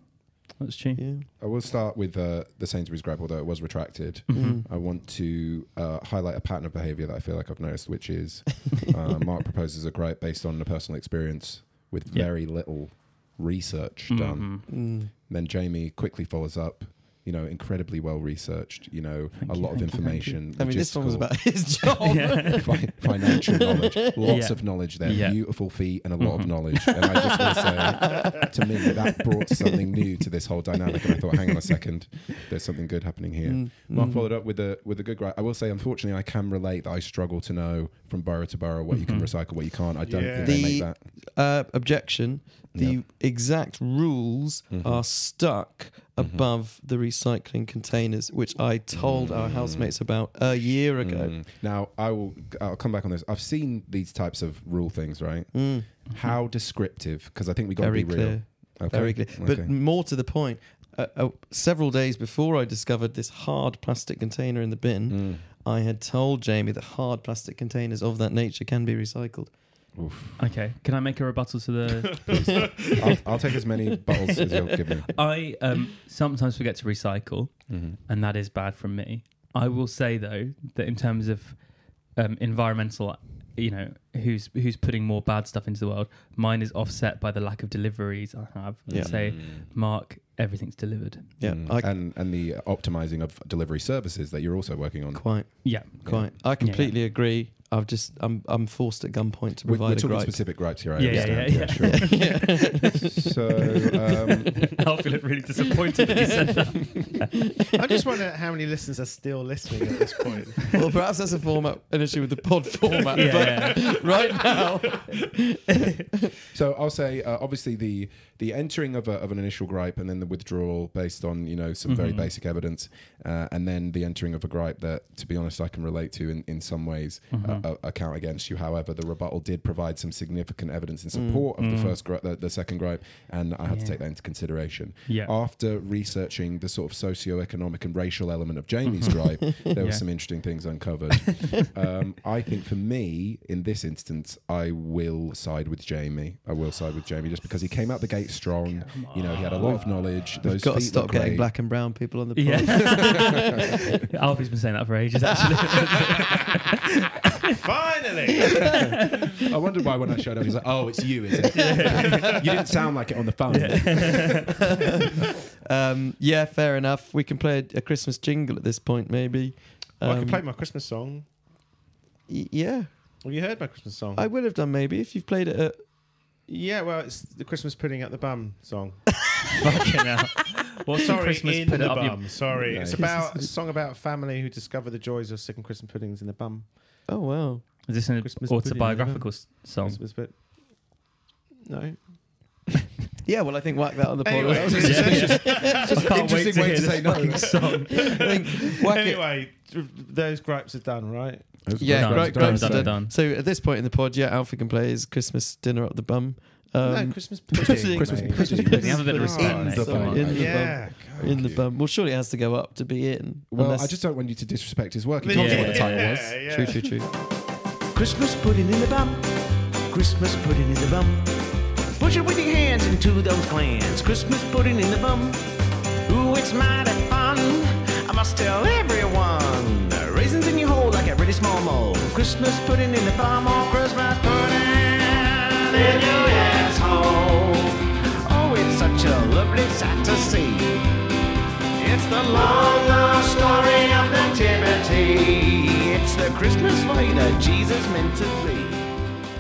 [SPEAKER 3] that's true.
[SPEAKER 2] Yeah.
[SPEAKER 1] I will start with uh, the Sainsbury's grab, although it was retracted.
[SPEAKER 2] Mhm.
[SPEAKER 1] I want to uh, highlight a pattern of behaviour that I feel like I've noticed, which is uh, Mark proposes a gripe based on a personal experience with
[SPEAKER 3] Yeah.
[SPEAKER 1] very little research done.
[SPEAKER 3] Mhm.
[SPEAKER 2] Mm.
[SPEAKER 1] Then Jamie quickly follows up. You know, incredibly well researched. You know,
[SPEAKER 3] Thank
[SPEAKER 1] a
[SPEAKER 3] you,
[SPEAKER 1] lot of
[SPEAKER 3] thank you, thank you.
[SPEAKER 1] information.
[SPEAKER 2] I mean, this one
[SPEAKER 1] logistical-
[SPEAKER 2] was about his job.
[SPEAKER 3] Mm-hmm. Yeah.
[SPEAKER 1] fi- financial knowledge. Lots
[SPEAKER 3] Yeah.
[SPEAKER 1] of knowledge there.
[SPEAKER 3] Yeah. Mm-hmm.
[SPEAKER 1] Beautiful feet and a lot of knowledge. And I just want to say, to me, that brought something new to this whole dynamic. And I thought, hang on a second, there's something good happening here.
[SPEAKER 2] Mm,
[SPEAKER 1] Mark
[SPEAKER 2] mm.
[SPEAKER 1] followed up with a with a good gripe. I will say, unfortunately, I can relate that I struggle to know from borough to borough what you can
[SPEAKER 3] Mhm.
[SPEAKER 1] recycle, what you can't. I don't
[SPEAKER 4] Yeah.
[SPEAKER 1] think they
[SPEAKER 2] Mm-hmm. The-
[SPEAKER 1] make that.
[SPEAKER 2] Uh, objection. The
[SPEAKER 1] Yeah.
[SPEAKER 2] exact rules
[SPEAKER 1] Mhm.
[SPEAKER 2] are stuck
[SPEAKER 1] Mm-hmm.
[SPEAKER 2] above the recycling containers, which I told our housemates about a year ago.
[SPEAKER 1] Mm. Now I will. I'll come back on this. I've seen these types of rule things, right?
[SPEAKER 2] Mm.
[SPEAKER 1] How descriptive? Because I think we got to
[SPEAKER 2] Very
[SPEAKER 1] be
[SPEAKER 2] clear.
[SPEAKER 1] real. Okay.
[SPEAKER 2] Very clear. But
[SPEAKER 1] Okay.
[SPEAKER 2] more to the point, uh, uh, several days before I discovered this hard plastic container in the bin,
[SPEAKER 1] Mm.
[SPEAKER 2] I had told Jamie that hard plastic containers of that nature can be recycled.
[SPEAKER 3] Okay, can I make a rebuttal to the?
[SPEAKER 1] I'll, I'll take as many bottles as you'll give me.
[SPEAKER 3] I um, sometimes forget to recycle,
[SPEAKER 2] Mm-hmm.
[SPEAKER 1] Mhm.
[SPEAKER 3] and that is bad from me. I will say though that in terms of um, environmental, you know, who's who's putting more bad stuff into the world, mine is offset by the lack of deliveries I have.
[SPEAKER 2] Yeah.
[SPEAKER 3] Say, Mark, everything's delivered.
[SPEAKER 2] Yeah,
[SPEAKER 1] Mm.
[SPEAKER 2] I
[SPEAKER 1] and and the optimizing of delivery services that you're also working on.
[SPEAKER 2] quite,
[SPEAKER 3] Yeah,
[SPEAKER 2] quite. I completely agree. I've just, I'm, I'm forced at gunpoint to
[SPEAKER 1] We're, we're
[SPEAKER 2] provide
[SPEAKER 1] talking
[SPEAKER 2] a gripe.
[SPEAKER 1] specific gripes here. I
[SPEAKER 3] Yeah, yeah,
[SPEAKER 1] understand.
[SPEAKER 3] yeah, yeah.
[SPEAKER 1] sure. so um,
[SPEAKER 3] Alfie looked really disappointed when you said that.
[SPEAKER 4] I just wonder how many listeners are still listening at this point.
[SPEAKER 2] well, perhaps that's a format, an issue with the pod format.
[SPEAKER 3] Yeah,
[SPEAKER 2] but right now,
[SPEAKER 1] So I'll say, uh, obviously, the the entering of, a, of an initial gripe and then the withdrawal based on you know some very
[SPEAKER 3] Mhm.
[SPEAKER 1] basic evidence, uh, and then the entering of a gripe that, to be honest, I can relate to in, in some ways.
[SPEAKER 3] Mhm.
[SPEAKER 1] Uh, uh, account against you. However, the rebuttal did provide some significant evidence in
[SPEAKER 2] Mm.
[SPEAKER 1] support of the
[SPEAKER 3] Mm.
[SPEAKER 1] first gripe, the, the second gripe, and I had to
[SPEAKER 3] Yeah.
[SPEAKER 1] take that into consideration.
[SPEAKER 3] Yeah.
[SPEAKER 1] After researching the sort of socioeconomic and racial element of Jamie's gripe, there were
[SPEAKER 3] Yeah.
[SPEAKER 1] some interesting things uncovered. um, I think for me, in this instance, I will side with Jamie. I will side with Jamie just because he came out the gate strong. You know, he had a lot of knowledge. Those
[SPEAKER 2] we've got to
[SPEAKER 1] feet
[SPEAKER 2] stop
[SPEAKER 1] were
[SPEAKER 2] getting
[SPEAKER 1] great.
[SPEAKER 2] black and brown people on the pod.
[SPEAKER 3] Yeah. Alfie's been saying that for ages, actually.
[SPEAKER 4] Finally,
[SPEAKER 1] I wondered why when I showed up, he's like, "Oh, it's you, is it? you didn't sound like it on the phone."
[SPEAKER 2] Um, yeah, fair enough. We can play a, a Christmas jingle at this point, maybe.
[SPEAKER 4] Well, Oh, I can
[SPEAKER 2] Um,
[SPEAKER 4] play my Christmas song.
[SPEAKER 2] y- yeah,
[SPEAKER 4] Have you heard my Christmas song?
[SPEAKER 2] I would have done maybe if you've played it at
[SPEAKER 4] yeah, well, it's the Christmas pudding at the bum song.
[SPEAKER 3] Fucking hell. What's your
[SPEAKER 4] Sorry,
[SPEAKER 3] Christmas
[SPEAKER 4] in
[SPEAKER 3] put
[SPEAKER 4] the
[SPEAKER 3] it up your-
[SPEAKER 4] bum. Sorry,
[SPEAKER 1] No.
[SPEAKER 4] it's about a song about a family who discover the joys of second Christmas puddings in the bum.
[SPEAKER 2] Oh wow!
[SPEAKER 3] Is this an
[SPEAKER 4] Christmas pudding,
[SPEAKER 3] autobiographical s- song?
[SPEAKER 4] Christmas bit. No,
[SPEAKER 2] Yeah, well, I think whack that on the pod.
[SPEAKER 4] Anyway,
[SPEAKER 2] I was
[SPEAKER 4] it's
[SPEAKER 2] just-
[SPEAKER 4] just-
[SPEAKER 3] Just can't wait
[SPEAKER 1] interesting
[SPEAKER 3] to
[SPEAKER 1] way
[SPEAKER 3] hear
[SPEAKER 1] to
[SPEAKER 3] this
[SPEAKER 1] say no.
[SPEAKER 3] fucking song.
[SPEAKER 2] I think whack it.
[SPEAKER 4] anyway, th- those gripes are done, right?
[SPEAKER 2] Yeah,
[SPEAKER 3] Done,
[SPEAKER 2] great,
[SPEAKER 3] done,
[SPEAKER 2] great
[SPEAKER 3] done,
[SPEAKER 2] stuff.
[SPEAKER 3] done.
[SPEAKER 2] So at this point in the pod, yeah, Alfie can play his Christmas dinner up the bum. Um,
[SPEAKER 4] no, Christmas pudding.
[SPEAKER 1] Christmas
[SPEAKER 4] mate.
[SPEAKER 1] pudding.
[SPEAKER 3] pudding. Have a bit of respect,
[SPEAKER 2] In
[SPEAKER 3] mate.
[SPEAKER 2] the
[SPEAKER 1] Come
[SPEAKER 2] bum.
[SPEAKER 1] on.
[SPEAKER 2] In the
[SPEAKER 4] Yeah.
[SPEAKER 2] bum. In the bum. Well, surely it has to go up to be in.
[SPEAKER 1] Well,
[SPEAKER 2] unless-
[SPEAKER 1] I just don't want you to disrespect his work. He
[SPEAKER 4] Yeah.
[SPEAKER 1] told you what the time was.
[SPEAKER 4] Yeah, yeah.
[SPEAKER 2] True, true, true.
[SPEAKER 6] Christmas pudding in the bum. Christmas pudding in the bum. Push it with your hands into those glands. Christmas pudding in the bum. Ooh, it's mighty fun. I must tell everyone. Raisins in your hole like a really small mole. Christmas pudding in the bum. Oh, Christmas pudding in your asshole. Oh, it's such a lovely sight to see. It's the long lost story of nativity. It's the Christmas play that Jesus meant to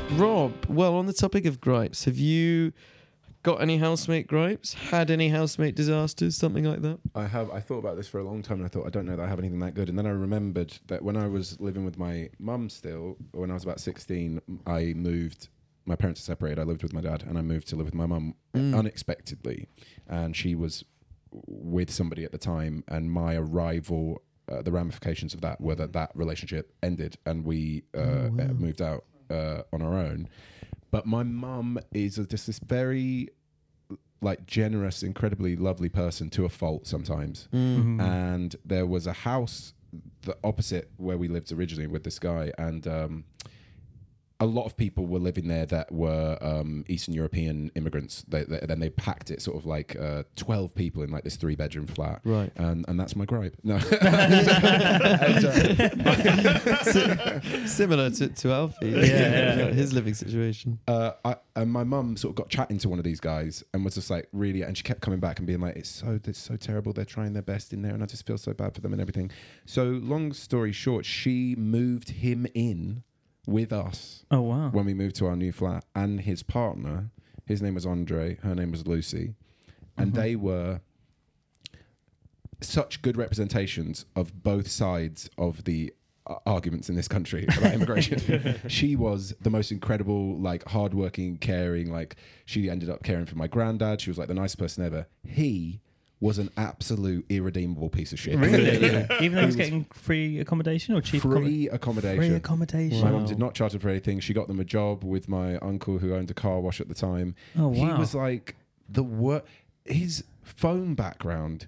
[SPEAKER 6] be.
[SPEAKER 2] Rob, well, on the topic of gripes, have you got any housemate gripes? Had any housemate disasters? Something like that?
[SPEAKER 1] I have. I thought about this for a long time, and I thought I don't know that I have anything that good. And then I remembered that when I was living with my mum still, when I was about sixteen, I moved. My parents are separated. I lived with my dad, and I moved to live with my mum
[SPEAKER 2] Mm.
[SPEAKER 1] unexpectedly, and she was with somebody at the time. And my arrival, uh, the ramifications of that were that that relationship ended, and we uh, uh, moved out uh, on our own. But my mum is just this very like generous, incredibly lovely person to a fault sometimes.
[SPEAKER 2] Mm.
[SPEAKER 3] Mm-hmm.
[SPEAKER 1] And there was a house the opposite where we lived originally with this guy, and um, a lot of people were living there that were um, Eastern European immigrants. They, they, then they packed it sort of like uh, twelve people in like this three bedroom flat,
[SPEAKER 2] Right.
[SPEAKER 1] And and that's my gripe. No,
[SPEAKER 2] uh, Similar to, to Alfie.
[SPEAKER 3] yeah, yeah.
[SPEAKER 2] His living situation.
[SPEAKER 1] uh, I, and my mum sort of got chatting to one of these guys and was just like really, and she kept coming back and being like, "It's so it's so terrible. They're trying their best in there, and I just feel so bad for them and everything." So long story short, she moved him in with us
[SPEAKER 3] Oh wow.
[SPEAKER 1] when we moved to our new flat, and his partner, his name was Andre, her name was Lucy, and
[SPEAKER 3] Uh-huh.
[SPEAKER 1] they were such good representations of both sides of the uh, arguments in this country about immigration. she was the most incredible, like hardworking, caring. Like she ended up caring for my granddad. She was like the nicest person ever. He was an absolute irredeemable piece of shit.
[SPEAKER 3] Really? Even though he's getting free accommodation or cheap
[SPEAKER 1] Free
[SPEAKER 3] accom-
[SPEAKER 1] accommodation.
[SPEAKER 3] free accommodation.
[SPEAKER 1] My mum did not charge her for anything. She got them a job with my uncle who owned a car wash at the time.
[SPEAKER 3] Oh,
[SPEAKER 1] He
[SPEAKER 3] wow.
[SPEAKER 1] was like the work. His phone background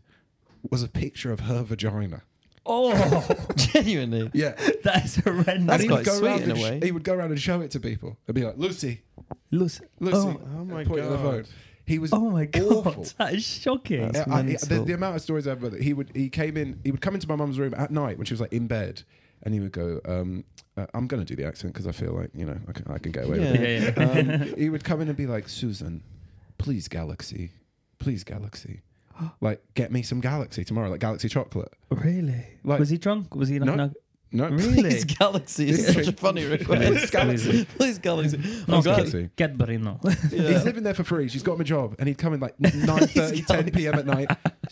[SPEAKER 1] was a picture of her vagina.
[SPEAKER 3] Oh,
[SPEAKER 2] Genuinely.
[SPEAKER 1] Yeah.
[SPEAKER 3] that's horrendous.
[SPEAKER 2] That's
[SPEAKER 1] he
[SPEAKER 2] quite
[SPEAKER 1] would go
[SPEAKER 2] sweet
[SPEAKER 1] around
[SPEAKER 2] in a
[SPEAKER 1] and sh-
[SPEAKER 2] way.
[SPEAKER 1] He would go around and show it to people and be like, Lucy,
[SPEAKER 3] Lucy.
[SPEAKER 1] Lucy.
[SPEAKER 3] Oh,
[SPEAKER 4] Oh my
[SPEAKER 1] Point at the
[SPEAKER 4] God.
[SPEAKER 1] phone. He was
[SPEAKER 3] oh my god,
[SPEAKER 1] awful.
[SPEAKER 3] that is shocking.
[SPEAKER 2] That's-
[SPEAKER 1] Yeah, I-
[SPEAKER 2] mental.
[SPEAKER 1] the, the amount of stories I've heard that he would he came in he would come into my mum's room at night when she was like in bed and he would go um, uh, I'm gonna do the accent because I feel like you know I can, I can get away with
[SPEAKER 2] Yeah.
[SPEAKER 1] it
[SPEAKER 3] yeah, yeah.
[SPEAKER 1] um, he would come in and be like, Susan, please, Galaxy, please, Galaxy, like get me some Galaxy tomorrow, like Galaxy chocolate.
[SPEAKER 3] really?
[SPEAKER 1] Like-
[SPEAKER 3] was he drunk? Was he like?
[SPEAKER 1] No.
[SPEAKER 3] no-
[SPEAKER 1] No,
[SPEAKER 3] Really?
[SPEAKER 2] Please, Galaxy is such a funny request.
[SPEAKER 1] Please, Galaxy.
[SPEAKER 2] Pleys Galaxy.
[SPEAKER 3] No,
[SPEAKER 2] I'm glad.
[SPEAKER 1] Galaxy.
[SPEAKER 3] Oh, Get Barino.
[SPEAKER 2] oh, Yeah.
[SPEAKER 1] He's living there for free. She's got him a job, and he'd come in like 9.30, 10 p.m. at night.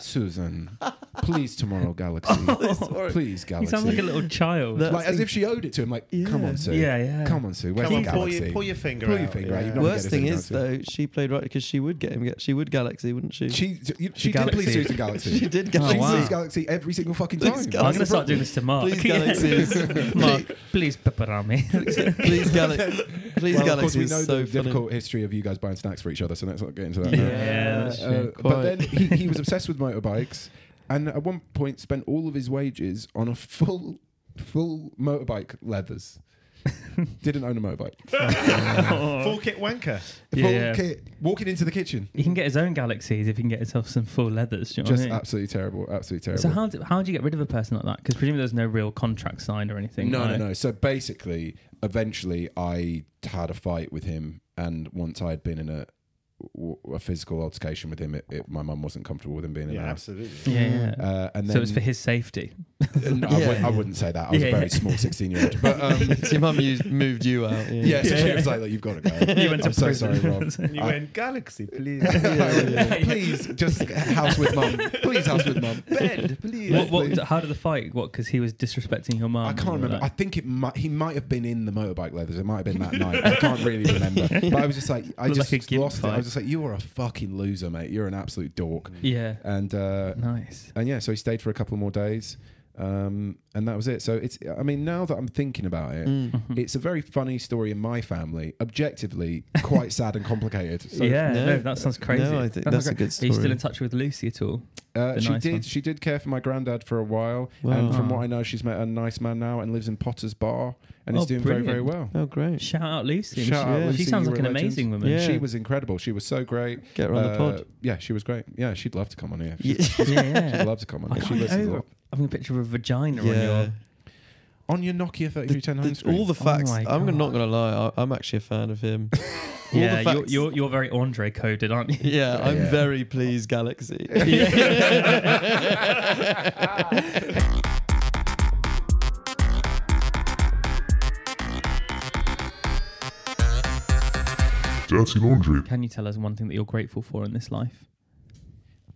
[SPEAKER 1] Susan, please tomorrow, Galaxy.
[SPEAKER 3] Oh,
[SPEAKER 1] please,
[SPEAKER 3] he
[SPEAKER 1] Galaxy.
[SPEAKER 3] sounds like a little child.
[SPEAKER 2] That-
[SPEAKER 1] Like, as if she owed it to him. Like, come on, Sue.
[SPEAKER 3] Yeah, yeah.
[SPEAKER 1] Come on, Sue. Where's
[SPEAKER 4] Come
[SPEAKER 1] the
[SPEAKER 4] on, pull
[SPEAKER 1] Galaxy?
[SPEAKER 4] your, pull your finger
[SPEAKER 1] Pull
[SPEAKER 4] out.
[SPEAKER 1] your finger out.
[SPEAKER 4] yeah.
[SPEAKER 1] You've not-
[SPEAKER 2] Worst thing is,
[SPEAKER 1] Galaxy.
[SPEAKER 2] though, she played right because she would get him. She would Galaxy, wouldn't she?
[SPEAKER 1] She, you- she did Oh,
[SPEAKER 3] Galaxy.
[SPEAKER 1] please Susan Galaxy.
[SPEAKER 2] She did
[SPEAKER 1] She
[SPEAKER 2] Galaxy.
[SPEAKER 3] wow.
[SPEAKER 1] sees Galaxy every single fucking
[SPEAKER 2] Please,
[SPEAKER 1] time.
[SPEAKER 3] I'm
[SPEAKER 2] Galaxy.
[SPEAKER 3] gonna start doing this to Mark.
[SPEAKER 2] Please, Galaxies.
[SPEAKER 3] Mark, please pepperami.
[SPEAKER 2] Please, Galaxy. Please,
[SPEAKER 1] Well, of course,
[SPEAKER 2] Galaxy
[SPEAKER 1] we
[SPEAKER 2] is
[SPEAKER 1] know
[SPEAKER 2] so
[SPEAKER 1] the
[SPEAKER 2] funny.
[SPEAKER 1] difficult history of you guys buying snacks for each other, so let's not get into that.
[SPEAKER 3] Yeah,
[SPEAKER 1] now.
[SPEAKER 3] that's
[SPEAKER 1] Uh,
[SPEAKER 2] true.
[SPEAKER 1] but
[SPEAKER 2] Quite.
[SPEAKER 1] then he, he was obsessed with motorbikes, and at one point spent all of his wages on a full, full motorbike leathers. Didn't own a motorbike.
[SPEAKER 4] Full kit wanker.
[SPEAKER 1] Full
[SPEAKER 3] Yeah.
[SPEAKER 1] kit, walking into the kitchen,
[SPEAKER 3] he can get his own galaxies if he can get himself some full leathers. Do you know
[SPEAKER 1] just
[SPEAKER 3] what I mean?
[SPEAKER 1] absolutely terrible, absolutely terrible.
[SPEAKER 3] So how do, how do you get rid of a person like that? Because presumably there's no real contract signed or anything.
[SPEAKER 1] No,
[SPEAKER 3] right?
[SPEAKER 1] no, no. So basically, eventually, I had a fight with him, and once I had been in a w- a physical altercation with him, it, it, my mum wasn't comfortable with him being in the
[SPEAKER 4] Yeah,
[SPEAKER 1] house.
[SPEAKER 4] absolutely.
[SPEAKER 3] Yeah, yeah.
[SPEAKER 1] Uh, and then Uh,
[SPEAKER 3] so it's for his safety.
[SPEAKER 1] No, I,
[SPEAKER 2] Yeah,
[SPEAKER 1] wouldn't, I
[SPEAKER 2] yeah.
[SPEAKER 1] wouldn't say that. I was
[SPEAKER 3] Yeah,
[SPEAKER 1] a very
[SPEAKER 3] yeah.
[SPEAKER 1] small 16 year old. But um,
[SPEAKER 2] So your mum used, moved you out.
[SPEAKER 1] yeah, so she
[SPEAKER 3] Yeah.
[SPEAKER 1] was like, "Look, you've got to go.
[SPEAKER 3] You went
[SPEAKER 1] Uh,
[SPEAKER 3] to
[SPEAKER 1] I'm so
[SPEAKER 3] prison.
[SPEAKER 1] sorry, Rob.
[SPEAKER 4] You
[SPEAKER 1] I-
[SPEAKER 4] went Galaxy, please.
[SPEAKER 1] please, just house with mum. Please, house with mum. Bed, please.
[SPEAKER 3] What, what,
[SPEAKER 1] please.
[SPEAKER 3] how did the fight? What? Because he was disrespecting your mum.
[SPEAKER 1] I can't
[SPEAKER 3] and
[SPEAKER 1] remember. I
[SPEAKER 3] all
[SPEAKER 1] think it might. He might have been in the motorbike leathers. It might have been that night. I can't really remember. But I was just like, I
[SPEAKER 3] Looked
[SPEAKER 1] just
[SPEAKER 3] like a gimp
[SPEAKER 1] lost it. I
[SPEAKER 3] fight.
[SPEAKER 1] was just like, you are a fucking loser, mate. You're an absolute dork.
[SPEAKER 3] that. yeah.
[SPEAKER 1] And uh,
[SPEAKER 3] Nice.
[SPEAKER 1] and yeah, so he stayed for a couple more days, um, and that was it. So it's. I mean, now that I'm thinking about it,
[SPEAKER 2] Mm.
[SPEAKER 3] Hmm.
[SPEAKER 1] it's a very funny story in my family. Objectively, quite sad and complicated. So
[SPEAKER 3] yeah,
[SPEAKER 2] No.
[SPEAKER 3] no, that sounds crazy.
[SPEAKER 2] No, I think
[SPEAKER 3] That sounds
[SPEAKER 2] that's a
[SPEAKER 3] cra-
[SPEAKER 2] good
[SPEAKER 3] Are you still
[SPEAKER 2] story.
[SPEAKER 3] in touch with Lucy at all?
[SPEAKER 1] Uh,
[SPEAKER 3] The
[SPEAKER 1] she
[SPEAKER 3] nice
[SPEAKER 1] did.
[SPEAKER 3] one.
[SPEAKER 1] She did care for my granddad for a while,
[SPEAKER 2] Wow.
[SPEAKER 1] and from
[SPEAKER 3] Wow. Ah.
[SPEAKER 1] what I know, she's met a nice man now and lives in Potter's Bar, and
[SPEAKER 3] Oh,
[SPEAKER 1] is doing very, very well.
[SPEAKER 2] Oh, great.
[SPEAKER 3] Shout out Lucy.
[SPEAKER 1] Shout
[SPEAKER 3] she,
[SPEAKER 1] out
[SPEAKER 2] Yeah.
[SPEAKER 1] Lucy,
[SPEAKER 3] she sounds
[SPEAKER 1] you
[SPEAKER 3] like
[SPEAKER 1] were
[SPEAKER 3] an
[SPEAKER 1] a legend.
[SPEAKER 3] amazing woman.
[SPEAKER 2] Yeah.
[SPEAKER 1] She was incredible. She was so great. Uh,
[SPEAKER 2] Get her on the pod.
[SPEAKER 1] Yeah, she was great. Yeah, she'd love to come on here.
[SPEAKER 2] Yeah.
[SPEAKER 3] Yeah, yeah.
[SPEAKER 1] She'd love to come on
[SPEAKER 3] I
[SPEAKER 1] here. She
[SPEAKER 3] can't get
[SPEAKER 1] listens a
[SPEAKER 3] over
[SPEAKER 1] lot.
[SPEAKER 3] having a picture of a vagina on
[SPEAKER 2] Yeah.
[SPEAKER 3] your.
[SPEAKER 1] On your Nokia
[SPEAKER 2] The-
[SPEAKER 1] 3310 home
[SPEAKER 2] the-
[SPEAKER 1] screen.
[SPEAKER 2] all the facts.
[SPEAKER 3] Oh my
[SPEAKER 2] I'm
[SPEAKER 3] God.
[SPEAKER 2] not going to lie. I, I'm actually a fan of him. All
[SPEAKER 3] yeah,
[SPEAKER 2] the
[SPEAKER 3] you're,
[SPEAKER 2] facts.
[SPEAKER 3] you're you're very Andre coded, aren't you?
[SPEAKER 2] Yeah, I'm
[SPEAKER 1] Yeah.
[SPEAKER 2] very pleased, Galaxy.
[SPEAKER 5] Dirty Laundry.
[SPEAKER 3] Can you tell us one thing that you're grateful for in this life?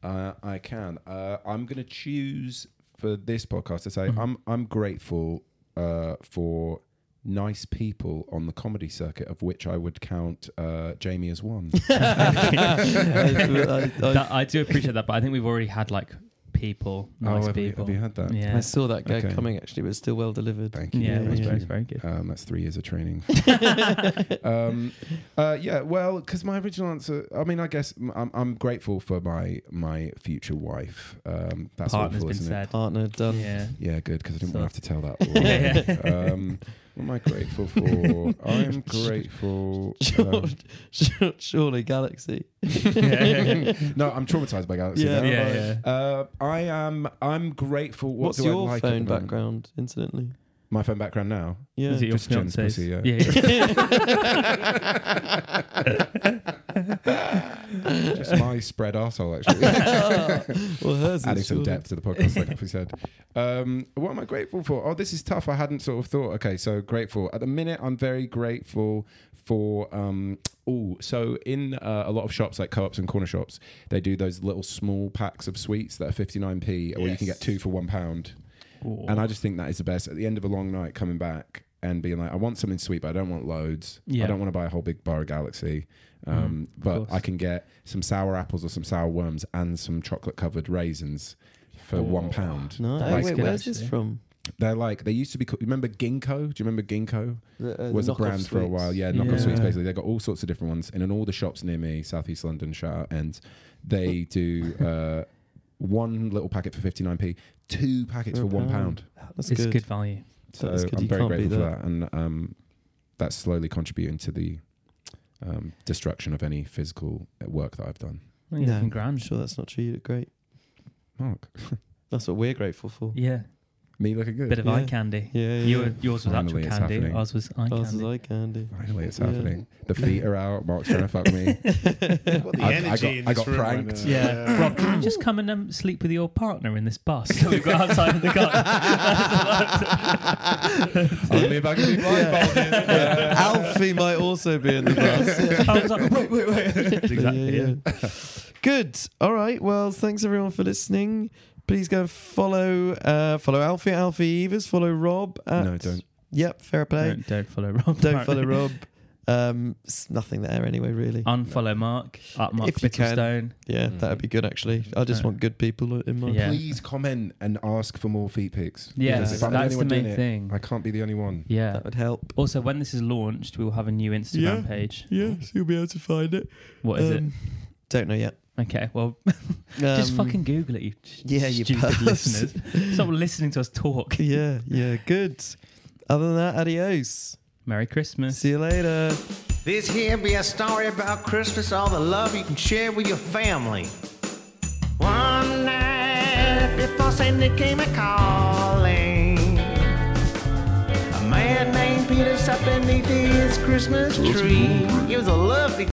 [SPEAKER 1] Uh, I can. Uh, I'm going to choose for this podcast to say I'm I'm grateful uh, for nice people on the comedy circuit, of which I would count uh, Jamie as one.
[SPEAKER 2] I, I-
[SPEAKER 3] That, I do appreciate that, but I think we've already had like people, nice
[SPEAKER 1] Oh, have, you,
[SPEAKER 3] people.
[SPEAKER 1] have you had that?
[SPEAKER 3] yeah.
[SPEAKER 2] I saw that gag
[SPEAKER 1] Okay.
[SPEAKER 2] coming actually, but it's still well delivered.
[SPEAKER 1] Thank you.
[SPEAKER 2] Yeah,
[SPEAKER 3] yeah, it
[SPEAKER 1] Thank
[SPEAKER 3] was
[SPEAKER 2] yeah.
[SPEAKER 3] very,
[SPEAKER 1] you.
[SPEAKER 3] very good.
[SPEAKER 1] Um, that's three years of training. um, uh, yeah, well, because my original answer, I mean, I guess m- I'm, I'm grateful for my my future wife. Um, that's
[SPEAKER 3] Partner's
[SPEAKER 1] awful,
[SPEAKER 3] been
[SPEAKER 1] isn't it?
[SPEAKER 3] said.
[SPEAKER 2] Partner done.
[SPEAKER 3] Yeah.
[SPEAKER 1] Yeah, good because I didn't
[SPEAKER 3] So-
[SPEAKER 1] want to have to tell that. All
[SPEAKER 3] Yeah,
[SPEAKER 1] Um, what am I grateful for? I'm grateful. um,
[SPEAKER 2] Sure- Surely, Galaxy.
[SPEAKER 1] no, I'm traumatized by Galaxy.
[SPEAKER 2] Yeah.
[SPEAKER 1] now.
[SPEAKER 3] Yeah, yeah.
[SPEAKER 1] Uh, I am. I'm grateful. What
[SPEAKER 2] What's
[SPEAKER 1] do
[SPEAKER 2] your
[SPEAKER 1] I like at
[SPEAKER 2] phone
[SPEAKER 1] the moment?
[SPEAKER 2] background, incidentally?
[SPEAKER 1] My phone background now.
[SPEAKER 2] Yeah.
[SPEAKER 3] Is it your
[SPEAKER 1] Just Jen's
[SPEAKER 3] fiance's?
[SPEAKER 1] pussy, yeah.
[SPEAKER 3] yeah.
[SPEAKER 1] Just my spread arsehole, actually.
[SPEAKER 2] well, hers
[SPEAKER 1] adding
[SPEAKER 2] is
[SPEAKER 1] some
[SPEAKER 2] surely.
[SPEAKER 1] depth to the podcast, like we said. Um, what am I grateful for? Oh, this is tough. I hadn't sort of thought. Okay, so grateful. At the minute, I'm very grateful for. Um, oh, so in uh, a lot of shops like co-ops and corner shops, they do those little small packs of sweets that are 59p, or you can
[SPEAKER 4] Yes.
[SPEAKER 1] get two for one pound.
[SPEAKER 3] Ooh.
[SPEAKER 1] And I just think that is the best. At the end of a long night, coming back and being like, I want something sweet, but I don't want loads.
[SPEAKER 3] Yeah.
[SPEAKER 1] I don't want to buy a whole big bar of Galaxy. Um, but
[SPEAKER 3] course.
[SPEAKER 1] I can get some sour apples or some sour worms and some chocolate covered raisins for one pound.
[SPEAKER 2] No,
[SPEAKER 3] That's
[SPEAKER 2] wait,
[SPEAKER 3] good,
[SPEAKER 2] where's this
[SPEAKER 3] actually.
[SPEAKER 2] from?
[SPEAKER 1] They're like they used to be. called Remember Ginkgo? Do you remember Ginkgo?
[SPEAKER 2] The, uh,
[SPEAKER 1] was a
[SPEAKER 2] knockoff
[SPEAKER 1] brand for a
[SPEAKER 2] sweets.
[SPEAKER 1] while. Yeah, knockoff
[SPEAKER 3] Yeah.
[SPEAKER 1] sweets. Basically, they got all sorts of different ones, and in all the shops near me, Southeast London, shout out, and they do uh, one little packet for fifty nine p, two packets
[SPEAKER 2] For
[SPEAKER 1] for,
[SPEAKER 2] a
[SPEAKER 1] one
[SPEAKER 2] pound.
[SPEAKER 1] pound.
[SPEAKER 2] That's
[SPEAKER 3] it's
[SPEAKER 2] good.
[SPEAKER 3] good value.
[SPEAKER 1] So
[SPEAKER 2] That's good.
[SPEAKER 1] I'm
[SPEAKER 2] You
[SPEAKER 1] very
[SPEAKER 2] can't beat
[SPEAKER 1] grateful for that, and um, that's slowly contributing to the um, destruction of any physical work that I've done.
[SPEAKER 3] Well, you're
[SPEAKER 2] No.
[SPEAKER 3] looking
[SPEAKER 2] I'm
[SPEAKER 3] grand.
[SPEAKER 2] sure that's not true. You look great.
[SPEAKER 1] Mark,
[SPEAKER 2] That's what we're grateful for.
[SPEAKER 3] Yeah,
[SPEAKER 1] me looking good.
[SPEAKER 3] bit of
[SPEAKER 2] Yeah.
[SPEAKER 3] eye candy.
[SPEAKER 2] Yeah, yeah.
[SPEAKER 3] You, yours was
[SPEAKER 1] Finally,
[SPEAKER 3] actual
[SPEAKER 1] it's
[SPEAKER 3] candy.
[SPEAKER 1] happening.
[SPEAKER 3] Ours was eye
[SPEAKER 2] Ours is
[SPEAKER 3] candy.
[SPEAKER 2] eye candy.
[SPEAKER 1] Finally, it's
[SPEAKER 2] Yeah.
[SPEAKER 1] happening. The feet are out. Mark's trying to fuck me.
[SPEAKER 4] What the
[SPEAKER 1] I- I
[SPEAKER 4] energy
[SPEAKER 1] got-
[SPEAKER 4] in
[SPEAKER 1] I
[SPEAKER 4] this
[SPEAKER 1] got
[SPEAKER 4] room right
[SPEAKER 1] pranked.
[SPEAKER 4] now.
[SPEAKER 3] Yeah. Rob, can you just come and um, sleep with your partner in this bus that we've got outside in the garden?
[SPEAKER 1] Only if I can be blindfolded.
[SPEAKER 2] Alfie might also be in the bus.
[SPEAKER 3] I was like, wait, wait, wait. Exactly.
[SPEAKER 2] Yeah,
[SPEAKER 3] Yeah,
[SPEAKER 2] yeah. Good. All right. Well, thanks everyone for listening. Please go and follow uh, follow Alfie at Alfie Evers. Follow Rob. At,
[SPEAKER 1] No, don't.
[SPEAKER 2] Yep. Fair play.
[SPEAKER 3] Don't, don't follow Rob.
[SPEAKER 2] Don't,
[SPEAKER 3] apparently.
[SPEAKER 2] follow Rob. Um, it's nothing there anyway. Really.
[SPEAKER 3] Unfollow Mark at Mark
[SPEAKER 2] If you can.
[SPEAKER 3] Bittlestone.
[SPEAKER 2] yeah, that'd be good actually. I just
[SPEAKER 3] Yeah.
[SPEAKER 2] want good people in my.
[SPEAKER 3] Yeah.
[SPEAKER 1] Please comment and ask for more feet pics.
[SPEAKER 3] Yeah,
[SPEAKER 1] Because if I'm only
[SPEAKER 3] that's the
[SPEAKER 1] one doing
[SPEAKER 3] main
[SPEAKER 1] it,
[SPEAKER 3] thing.
[SPEAKER 1] I can't be the only one.
[SPEAKER 3] Yeah.
[SPEAKER 2] That would help.
[SPEAKER 3] Also, when this is launched, we will have a new Instagram
[SPEAKER 2] Yeah.
[SPEAKER 3] page.
[SPEAKER 2] Yes, you'll be able to find Mm. it. Um,
[SPEAKER 3] What is
[SPEAKER 2] Don't know yet.
[SPEAKER 3] it? Okay, well, just
[SPEAKER 2] Um,
[SPEAKER 3] fucking Google it, you
[SPEAKER 2] yeah,
[SPEAKER 3] yeah,
[SPEAKER 2] you
[SPEAKER 3] stupid
[SPEAKER 2] pervs.
[SPEAKER 3] listeners. Stop listening to us talk.
[SPEAKER 2] Yeah, yeah, good. Other than that, adios.
[SPEAKER 3] Merry Christmas.
[SPEAKER 2] See you later.
[SPEAKER 6] This here be a story about Christmas, all the love you can share with your family. One night before Santa came a calling, a man named Peter sat beneath his Christmas tree. It was a lovely